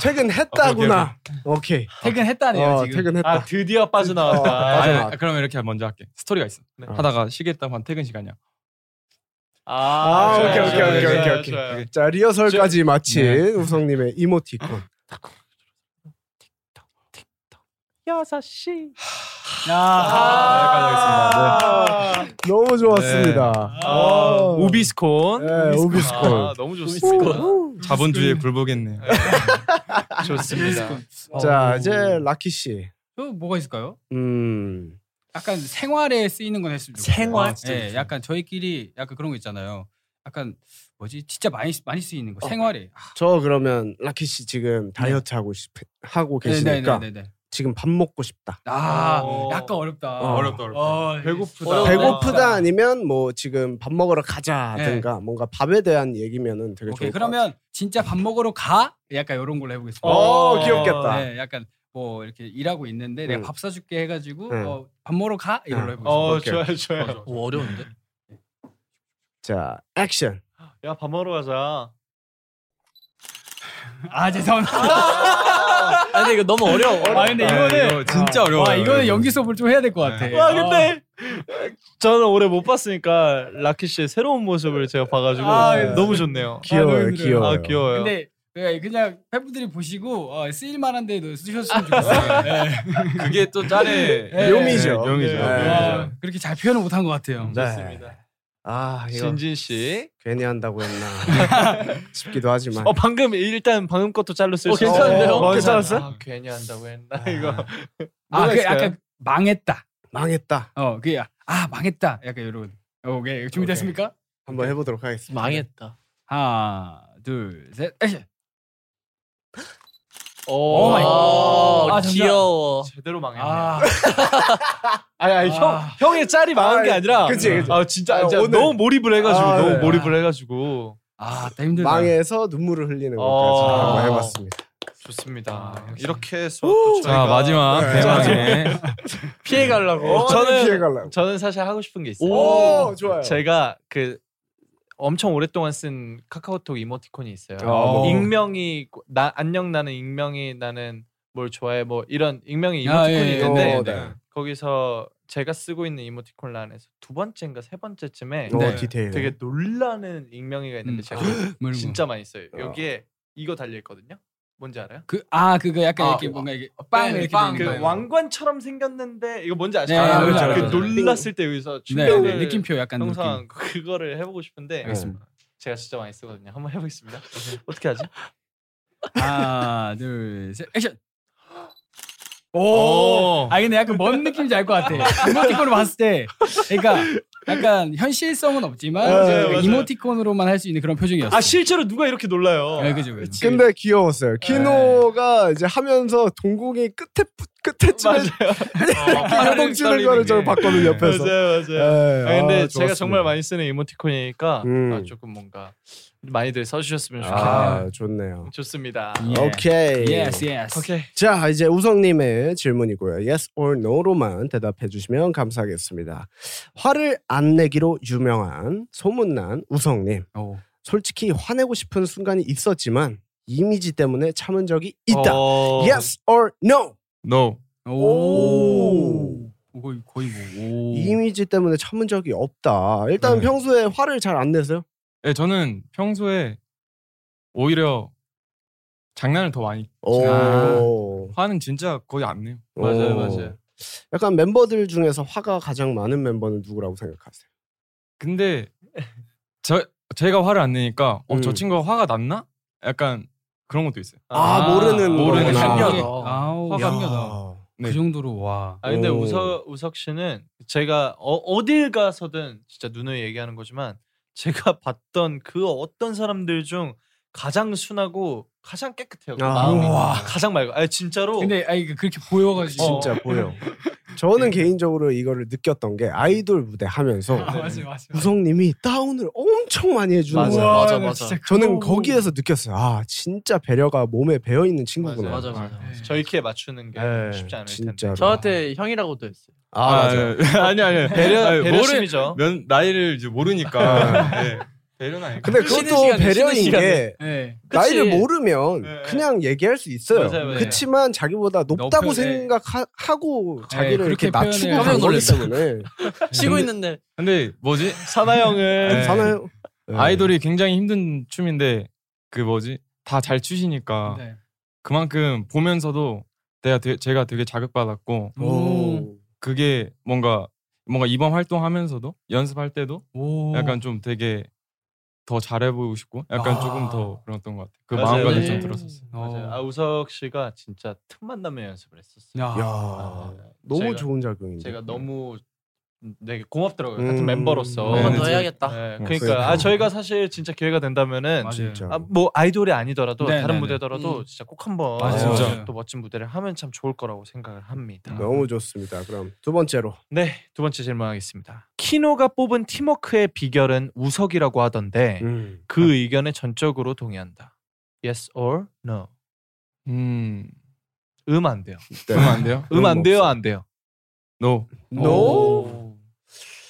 [SPEAKER 3] 퇴근했다구나. 오케이.
[SPEAKER 6] 퇴근했다네요
[SPEAKER 3] 어,
[SPEAKER 6] 지금.
[SPEAKER 3] 퇴근했다.
[SPEAKER 4] 아 드디어 빠져나왔다.
[SPEAKER 3] 어.
[SPEAKER 7] 아니,
[SPEAKER 3] 맞아.
[SPEAKER 7] 아니, 그러면 이렇게 먼저 할게. 스토리가 있어.
[SPEAKER 4] 네.
[SPEAKER 7] 하다가 쉬겠다고 한 퇴근 시간이야.
[SPEAKER 6] 네,
[SPEAKER 4] 아,
[SPEAKER 3] 아,
[SPEAKER 4] 좋아요,
[SPEAKER 3] 오케이, 오케이,
[SPEAKER 4] 좋아요,
[SPEAKER 3] 오케이,
[SPEAKER 4] 좋아요,
[SPEAKER 3] 오케이, 오케이.
[SPEAKER 4] 좋아요.
[SPEAKER 3] 자 리허설까지 마친 우성님의 이모티콘. 아.
[SPEAKER 4] 아.
[SPEAKER 3] 네, 너무 좋았습니다.
[SPEAKER 4] 아,
[SPEAKER 3] 어.
[SPEAKER 4] 오비스콘.
[SPEAKER 3] 네, 오비스콘.
[SPEAKER 4] 아, 너무 좋습니다.
[SPEAKER 7] 자본주의에
[SPEAKER 4] 그
[SPEAKER 7] 굴복했네요.
[SPEAKER 4] 좋습니다.
[SPEAKER 3] 자 이제 라키 씨.
[SPEAKER 6] 또 뭐가 있을까요?
[SPEAKER 3] 음.
[SPEAKER 6] 약간 생활에 쓰이는 건 했으면 좋겠어요.
[SPEAKER 3] 아,
[SPEAKER 5] 생활?
[SPEAKER 6] 예, 약간 저희끼리 약간 그런 거 있잖아요. 약간 뭐지? 진짜 많이 쓰- 많이 쓰이는
[SPEAKER 3] 어.
[SPEAKER 6] 거. 생활에. 아,
[SPEAKER 3] 저 그러면 라키 씨 지금 다이어트 하고 싶 하고 계시니까
[SPEAKER 6] 네네네네.
[SPEAKER 3] 지금 밥 먹고 싶다.
[SPEAKER 6] 아,
[SPEAKER 4] 어.
[SPEAKER 6] 약간 어렵다.
[SPEAKER 3] 어.
[SPEAKER 7] 어렵다 어렵다.
[SPEAKER 4] 배고프다.
[SPEAKER 5] 어려운데?
[SPEAKER 3] 배고프다 아니면 뭐 지금 밥 먹으러 가자든가 뭔가 밥에 대한 얘기면은 되게
[SPEAKER 6] 예. 오케이.
[SPEAKER 3] 좋을 것
[SPEAKER 6] 그러면 진짜 밥 먹으러 가? 약간 이런 걸로 해보겠습니다.
[SPEAKER 3] 어, 귀엽겠다.
[SPEAKER 4] 아.
[SPEAKER 6] 네, 약간 뭐 이렇게 일하고 있는데
[SPEAKER 3] 음.
[SPEAKER 6] 내가 밥 사줄게 해가지고
[SPEAKER 3] 음.
[SPEAKER 6] 어, 밥 먹으러 가 이걸로
[SPEAKER 3] 음.
[SPEAKER 6] 해보겠습니다.
[SPEAKER 4] 어,
[SPEAKER 3] 오케이.
[SPEAKER 4] 좋아요, 좋아요.
[SPEAKER 5] 오, 어려운데.
[SPEAKER 3] 같아요. 자 액션.
[SPEAKER 4] 야, 밥 먹으러 가자.
[SPEAKER 6] 아 죄송합니다.
[SPEAKER 5] (laughs) 아 근데 이거 너무 (laughs) 어려워.
[SPEAKER 6] 아 근데 이거는
[SPEAKER 7] 이거 진짜 어려워.
[SPEAKER 6] 와 이거는 연기 수업을 좀 해야 될 것 같아.
[SPEAKER 4] 와, 예. 근데 저는 올해 못 봤으니까 라키 씨의 새로운 모습을 제가 봐가지고
[SPEAKER 6] 아,
[SPEAKER 4] 너무 좋네요.
[SPEAKER 3] 귀여워요,
[SPEAKER 6] 너무 힘들어요.
[SPEAKER 3] 귀여워요.
[SPEAKER 4] 아, 귀여워요.
[SPEAKER 6] 근데 그냥- 그냥 그러니까 팬분들이 보시고 어, 쓰일만한데도 쓰셨으면 좋겠어요. (laughs) 네.
[SPEAKER 7] 그게 또 짤의
[SPEAKER 6] 네.
[SPEAKER 3] 묘미죠.
[SPEAKER 7] 네, 묘미죠.
[SPEAKER 3] 네.
[SPEAKER 6] 와, 그렇게 잘 표현을 못한 것 같아요.
[SPEAKER 3] 네. 아 이거
[SPEAKER 4] 진진 씨.
[SPEAKER 3] 괜히 한다고 했나
[SPEAKER 6] (laughs)
[SPEAKER 3] 싶기도 하지만.
[SPEAKER 4] 어 방금 일단 방금 것도 잘로 쓸
[SPEAKER 5] 어,
[SPEAKER 4] 수 있어요.
[SPEAKER 5] 괜찮은데요?
[SPEAKER 4] 어,
[SPEAKER 3] 괜찮았어요?
[SPEAKER 4] 아, 괜히 한다고 했나 이거.
[SPEAKER 6] 아, 그
[SPEAKER 4] 뭐가 있어요?
[SPEAKER 6] 약간 망했다.
[SPEAKER 3] 망했다.
[SPEAKER 6] 어, 그게 아 망했다. 약간 이런. 어, 오케이 준비됐습니까?
[SPEAKER 3] 한번 해보도록 하겠습니다.
[SPEAKER 5] 망했다.
[SPEAKER 6] 하나, 둘, 셋, 액션.
[SPEAKER 5] 어,
[SPEAKER 4] 오,
[SPEAKER 6] 마이
[SPEAKER 5] 오,
[SPEAKER 6] 아,
[SPEAKER 5] 아,
[SPEAKER 6] 잠시만.
[SPEAKER 5] 귀여워.
[SPEAKER 4] 제대로 망했네.
[SPEAKER 6] 아,
[SPEAKER 4] 아니, 아니
[SPEAKER 6] 아.
[SPEAKER 4] 형 형의 짤이 망한 게 아니라.
[SPEAKER 3] 그치, 그치.
[SPEAKER 4] 아 진짜,
[SPEAKER 3] 아,
[SPEAKER 4] 진짜
[SPEAKER 3] 오늘-
[SPEAKER 4] 너무 몰입을 해가지고
[SPEAKER 3] 아,
[SPEAKER 4] 너무
[SPEAKER 3] 네.
[SPEAKER 4] 몰입을 해가지고.
[SPEAKER 6] 아, 나 힘들다.
[SPEAKER 3] 망해서 눈물을 흘리는
[SPEAKER 4] 어.
[SPEAKER 3] 것까지 한번 해봤습니다.
[SPEAKER 4] 좋습니다.
[SPEAKER 7] 아, 역시.
[SPEAKER 4] 이렇게 해서 또
[SPEAKER 7] 자
[SPEAKER 4] 저희가
[SPEAKER 7] 마지막
[SPEAKER 3] 네.
[SPEAKER 7] 대망의
[SPEAKER 5] 피해
[SPEAKER 6] 어,
[SPEAKER 5] 가려고. 아,
[SPEAKER 4] 저는-
[SPEAKER 3] 피해 갈라고.
[SPEAKER 4] 저는 사실 하고 싶은 게 있어요.
[SPEAKER 3] 오, 좋아요.
[SPEAKER 4] 제가 그 엄청 오랫동안 쓴 카카오톡 이모티콘이 있어요.
[SPEAKER 6] 아,
[SPEAKER 3] 어.
[SPEAKER 6] 뭐.
[SPEAKER 4] 익명이 있고, 나 안녕 나는 익명이 나는 뭘 좋아해 뭐 이런 익명의 이모티콘이
[SPEAKER 6] 아, 예, 예.
[SPEAKER 4] 있는데
[SPEAKER 3] 어, 네.
[SPEAKER 4] 거기서 제가 쓰고 있는 이모티콘 란에서 두 번째인가 세 번째쯤에
[SPEAKER 3] 어,
[SPEAKER 6] 네.
[SPEAKER 3] 디테일.
[SPEAKER 4] 되게 놀라는 익명이가 있는데
[SPEAKER 6] 음.
[SPEAKER 4] 제가
[SPEAKER 6] 물고. 아.
[SPEAKER 4] 진짜 많이 써요.
[SPEAKER 3] 어.
[SPEAKER 4] 여기에 이거 달려 있거든요. 뭔지 알아요?
[SPEAKER 6] 그아 그거 약간
[SPEAKER 4] 아,
[SPEAKER 6] 이렇게
[SPEAKER 4] 와.
[SPEAKER 6] 뭔가 이게
[SPEAKER 7] 빵,
[SPEAKER 6] 빵 이렇게
[SPEAKER 7] 빵.
[SPEAKER 6] 되는
[SPEAKER 4] 그
[SPEAKER 6] 거예요.
[SPEAKER 4] 왕관처럼 생겼는데 이거 뭔지 아시죠?
[SPEAKER 6] 네,
[SPEAKER 4] 아,
[SPEAKER 6] 알죠,
[SPEAKER 4] 그
[SPEAKER 6] 알죠, 알죠.
[SPEAKER 4] 놀랐을 때 여기서
[SPEAKER 6] 네, 네,
[SPEAKER 4] 충격을
[SPEAKER 6] 느낌표 약간
[SPEAKER 4] 형상
[SPEAKER 6] 느낌.
[SPEAKER 4] 그거를 해보고 싶은데
[SPEAKER 6] 알겠습니다.
[SPEAKER 4] 제가 진짜 많이 쓰거든요. 한번 해보겠습니다. 어떻게 하지?
[SPEAKER 6] 하나, 둘, 셋, 액션.
[SPEAKER 7] 오.
[SPEAKER 6] 아 근데 약간 뭔 느낌인지 알 것 같아. 이모티콘으로 봤을 때, 그러니까 약간 현실성은 없지만
[SPEAKER 3] 맞아요,
[SPEAKER 6] 그
[SPEAKER 4] 네, 맞아요.
[SPEAKER 6] 이모티콘으로만 할 수 있는 그런 표정이었어.
[SPEAKER 4] 아 실제로 누가 이렇게 놀라요?
[SPEAKER 6] 네, 그죠, 그죠.
[SPEAKER 3] 근데 귀여웠어요.
[SPEAKER 6] 네.
[SPEAKER 3] 키노가 이제 하면서 동공이 끝에 뿌- 끝에쯤에 발동 치는 거를 저 봤거든 요 옆에서.
[SPEAKER 6] (laughs)
[SPEAKER 4] 맞아요,
[SPEAKER 3] 예,
[SPEAKER 4] 맞아요. 아, 근데
[SPEAKER 3] 아,
[SPEAKER 4] 제가
[SPEAKER 3] 좋았습니다.
[SPEAKER 4] 정말 많이 쓰는 이모티콘이니까
[SPEAKER 3] 음.
[SPEAKER 4] 아, 조금 뭔가 많이들 써주셨으면 좋겠네요.
[SPEAKER 3] 아 좋네요.
[SPEAKER 4] 좋습니다.
[SPEAKER 6] 예.
[SPEAKER 3] 오케이.
[SPEAKER 6] Yes, yes.
[SPEAKER 4] 오케이.
[SPEAKER 3] 자 이제 우성님의 질문이고요. Yes or No로만 대답해 주시면 감사하겠습니다. 화를 안 내기로 유명한 소문난 우성님.
[SPEAKER 6] 오.
[SPEAKER 3] 솔직히 화내고 싶은 순간이 있었지만 이미지 때문에 참은 적이 있다.
[SPEAKER 4] 어,
[SPEAKER 3] Yes or No.
[SPEAKER 7] No.
[SPEAKER 6] 오. 거의 거의 뭐. 오.
[SPEAKER 3] 이미지 때문에 참은 적이 없다. 일단
[SPEAKER 7] 네.
[SPEAKER 3] 평소에 화를 잘 안 내세요?
[SPEAKER 7] 네, 저는 평소에 오히려 장난을 더 많이
[SPEAKER 3] 오.
[SPEAKER 7] 화는 진짜 거의 안 내요.
[SPEAKER 3] 오. 어. 약간 멤버들 중에서 화가 가장 많은 멤버는 누구라고 생각하세요?
[SPEAKER 7] 근데 저 제가 화를 안 내니까 어, 저
[SPEAKER 3] 음.
[SPEAKER 7] 친구가 화가 났나? 약간 그런 것도 있어요.
[SPEAKER 3] 아, 모르는
[SPEAKER 7] 모르는
[SPEAKER 3] 거구나.
[SPEAKER 7] 신기하다.
[SPEAKER 6] 아우,
[SPEAKER 7] 화가
[SPEAKER 6] 신기하다.
[SPEAKER 7] 네.
[SPEAKER 6] 그 정도로 와.
[SPEAKER 4] 아 근데
[SPEAKER 3] 오.
[SPEAKER 4] 우석 우석 씨는 제가 어, 어딜 가서든 진짜 누누이 얘기하는 거지만 제가 (laughs) 봤던 그 어떤 사람들 중 가장 순하고 가장 깨끗해요. 그
[SPEAKER 3] 아.
[SPEAKER 4] 마음이
[SPEAKER 3] 우와.
[SPEAKER 4] 가장 맑아. 아니 진짜로.
[SPEAKER 6] 근데 아이 그렇게 보여가지고
[SPEAKER 3] 진짜 (laughs) 보여. 저는 개인적으로 이거를 느꼈던 게 아이돌 무대 하면서
[SPEAKER 6] 맞아, 맞아.
[SPEAKER 3] 우성님이 다운을 엄청 많이 해주는
[SPEAKER 4] 맞아,
[SPEAKER 3] 거예요.
[SPEAKER 6] 우와,
[SPEAKER 4] 맞아,
[SPEAKER 6] 나
[SPEAKER 4] 맞아.
[SPEAKER 6] 진짜
[SPEAKER 3] 저는
[SPEAKER 6] 그거-
[SPEAKER 3] 거기에서 느꼈어요. 아 진짜 배려가 몸에 배어 있는 친구구나.
[SPEAKER 5] 맞아 맞아.
[SPEAKER 4] 저희 키에 맞추는 게
[SPEAKER 7] 네,
[SPEAKER 4] 쉽지 않을 텐데.
[SPEAKER 3] 진짜로.
[SPEAKER 5] 저한테 형이라고도 했어요.
[SPEAKER 3] 아, 맞아.
[SPEAKER 7] (laughs) 아니 아니.
[SPEAKER 4] 배려
[SPEAKER 7] 아니,
[SPEAKER 4] 배려심이죠. 아.
[SPEAKER 7] 모르, 면, 나이를 이제 모르니까. 네. 배려는 아니고.
[SPEAKER 3] 근데
[SPEAKER 5] 쉬는
[SPEAKER 3] 그것도
[SPEAKER 5] 시간에,
[SPEAKER 3] 배려인
[SPEAKER 5] 쉬는
[SPEAKER 3] 게
[SPEAKER 6] 네.
[SPEAKER 5] 그치.
[SPEAKER 3] 나이를 모르면
[SPEAKER 7] 네.
[SPEAKER 3] 그냥 얘기할 수 있어요.
[SPEAKER 4] 맞아요, 맞아요.
[SPEAKER 3] 그렇지만 자기보다 높다고
[SPEAKER 6] 높여, 네.
[SPEAKER 3] 생각하고 자기를
[SPEAKER 6] 그렇게
[SPEAKER 3] 이렇게 낮추고
[SPEAKER 6] 표현해요.
[SPEAKER 3] 간 거기
[SPEAKER 5] 깜짝
[SPEAKER 3] 때문에
[SPEAKER 5] 쉬고 있는데
[SPEAKER 7] 근데 뭐지?
[SPEAKER 4] 사나 형은
[SPEAKER 7] 네.
[SPEAKER 3] 사나요? 네.
[SPEAKER 7] 아이돌이 굉장히 힘든 춤인데 그 뭐지? 다 잘 추시니까
[SPEAKER 6] 네.
[SPEAKER 7] 아, 그만큼 보면서도 내가 되, 제가 되게 자극받았고
[SPEAKER 6] 오.
[SPEAKER 3] 오.
[SPEAKER 7] 그게 뭔가 뭔가 이번 활동하면서도 연습할 때도
[SPEAKER 6] 오.
[SPEAKER 7] 약간 좀 되게 더 잘해보고 싶고 약간
[SPEAKER 6] 아.
[SPEAKER 7] 조금 더 그랬던 것 같아요. 그
[SPEAKER 4] 맞아요.
[SPEAKER 7] 마음가짐
[SPEAKER 4] 네.
[SPEAKER 7] 좀 들었었어요.
[SPEAKER 4] 맞아요. 아 우석 씨가 진짜 틈만 나면 연습을 했었어요.
[SPEAKER 3] 야
[SPEAKER 6] 야.
[SPEAKER 4] 아,
[SPEAKER 3] 너무
[SPEAKER 4] 제가-
[SPEAKER 3] 좋은 작용인데.
[SPEAKER 4] 제가 너무 되게 고맙더라고요.
[SPEAKER 3] 음.
[SPEAKER 4] 같은 멤버로서.
[SPEAKER 7] 네.
[SPEAKER 5] 한번 더
[SPEAKER 7] 네.
[SPEAKER 5] 해야겠다.
[SPEAKER 4] 네,
[SPEAKER 3] 그러니까.
[SPEAKER 4] 그러니까 아, 저희가 사실 진짜 기회가 된다면은
[SPEAKER 6] 맞아요.
[SPEAKER 3] 진짜.
[SPEAKER 4] 아, 뭐 아이돌이 아니더라도
[SPEAKER 6] 네,
[SPEAKER 4] 다른
[SPEAKER 6] 네, 네.
[SPEAKER 4] 무대더라도
[SPEAKER 5] 음.
[SPEAKER 4] 진짜 꼭 한번
[SPEAKER 6] 맞아요.
[SPEAKER 7] 진짜.
[SPEAKER 4] 또 멋진 무대를 하면 참 좋을 거라고 생각을 합니다.
[SPEAKER 3] 너무 좋습니다. 그럼 두 번째로
[SPEAKER 4] 네, 두 번째 질문하겠습니다. 키노가 뽑은 팀워크의 비결은 우석이라고 하던데
[SPEAKER 3] 음.
[SPEAKER 4] 그 의견에 전적으로 동의한다. Yes or no?
[SPEAKER 7] 음,
[SPEAKER 4] 음 안 돼요.
[SPEAKER 3] 네.
[SPEAKER 7] 그러면 안 돼요?
[SPEAKER 4] 음 안 돼요, 안 돼요.
[SPEAKER 7] No.
[SPEAKER 3] No.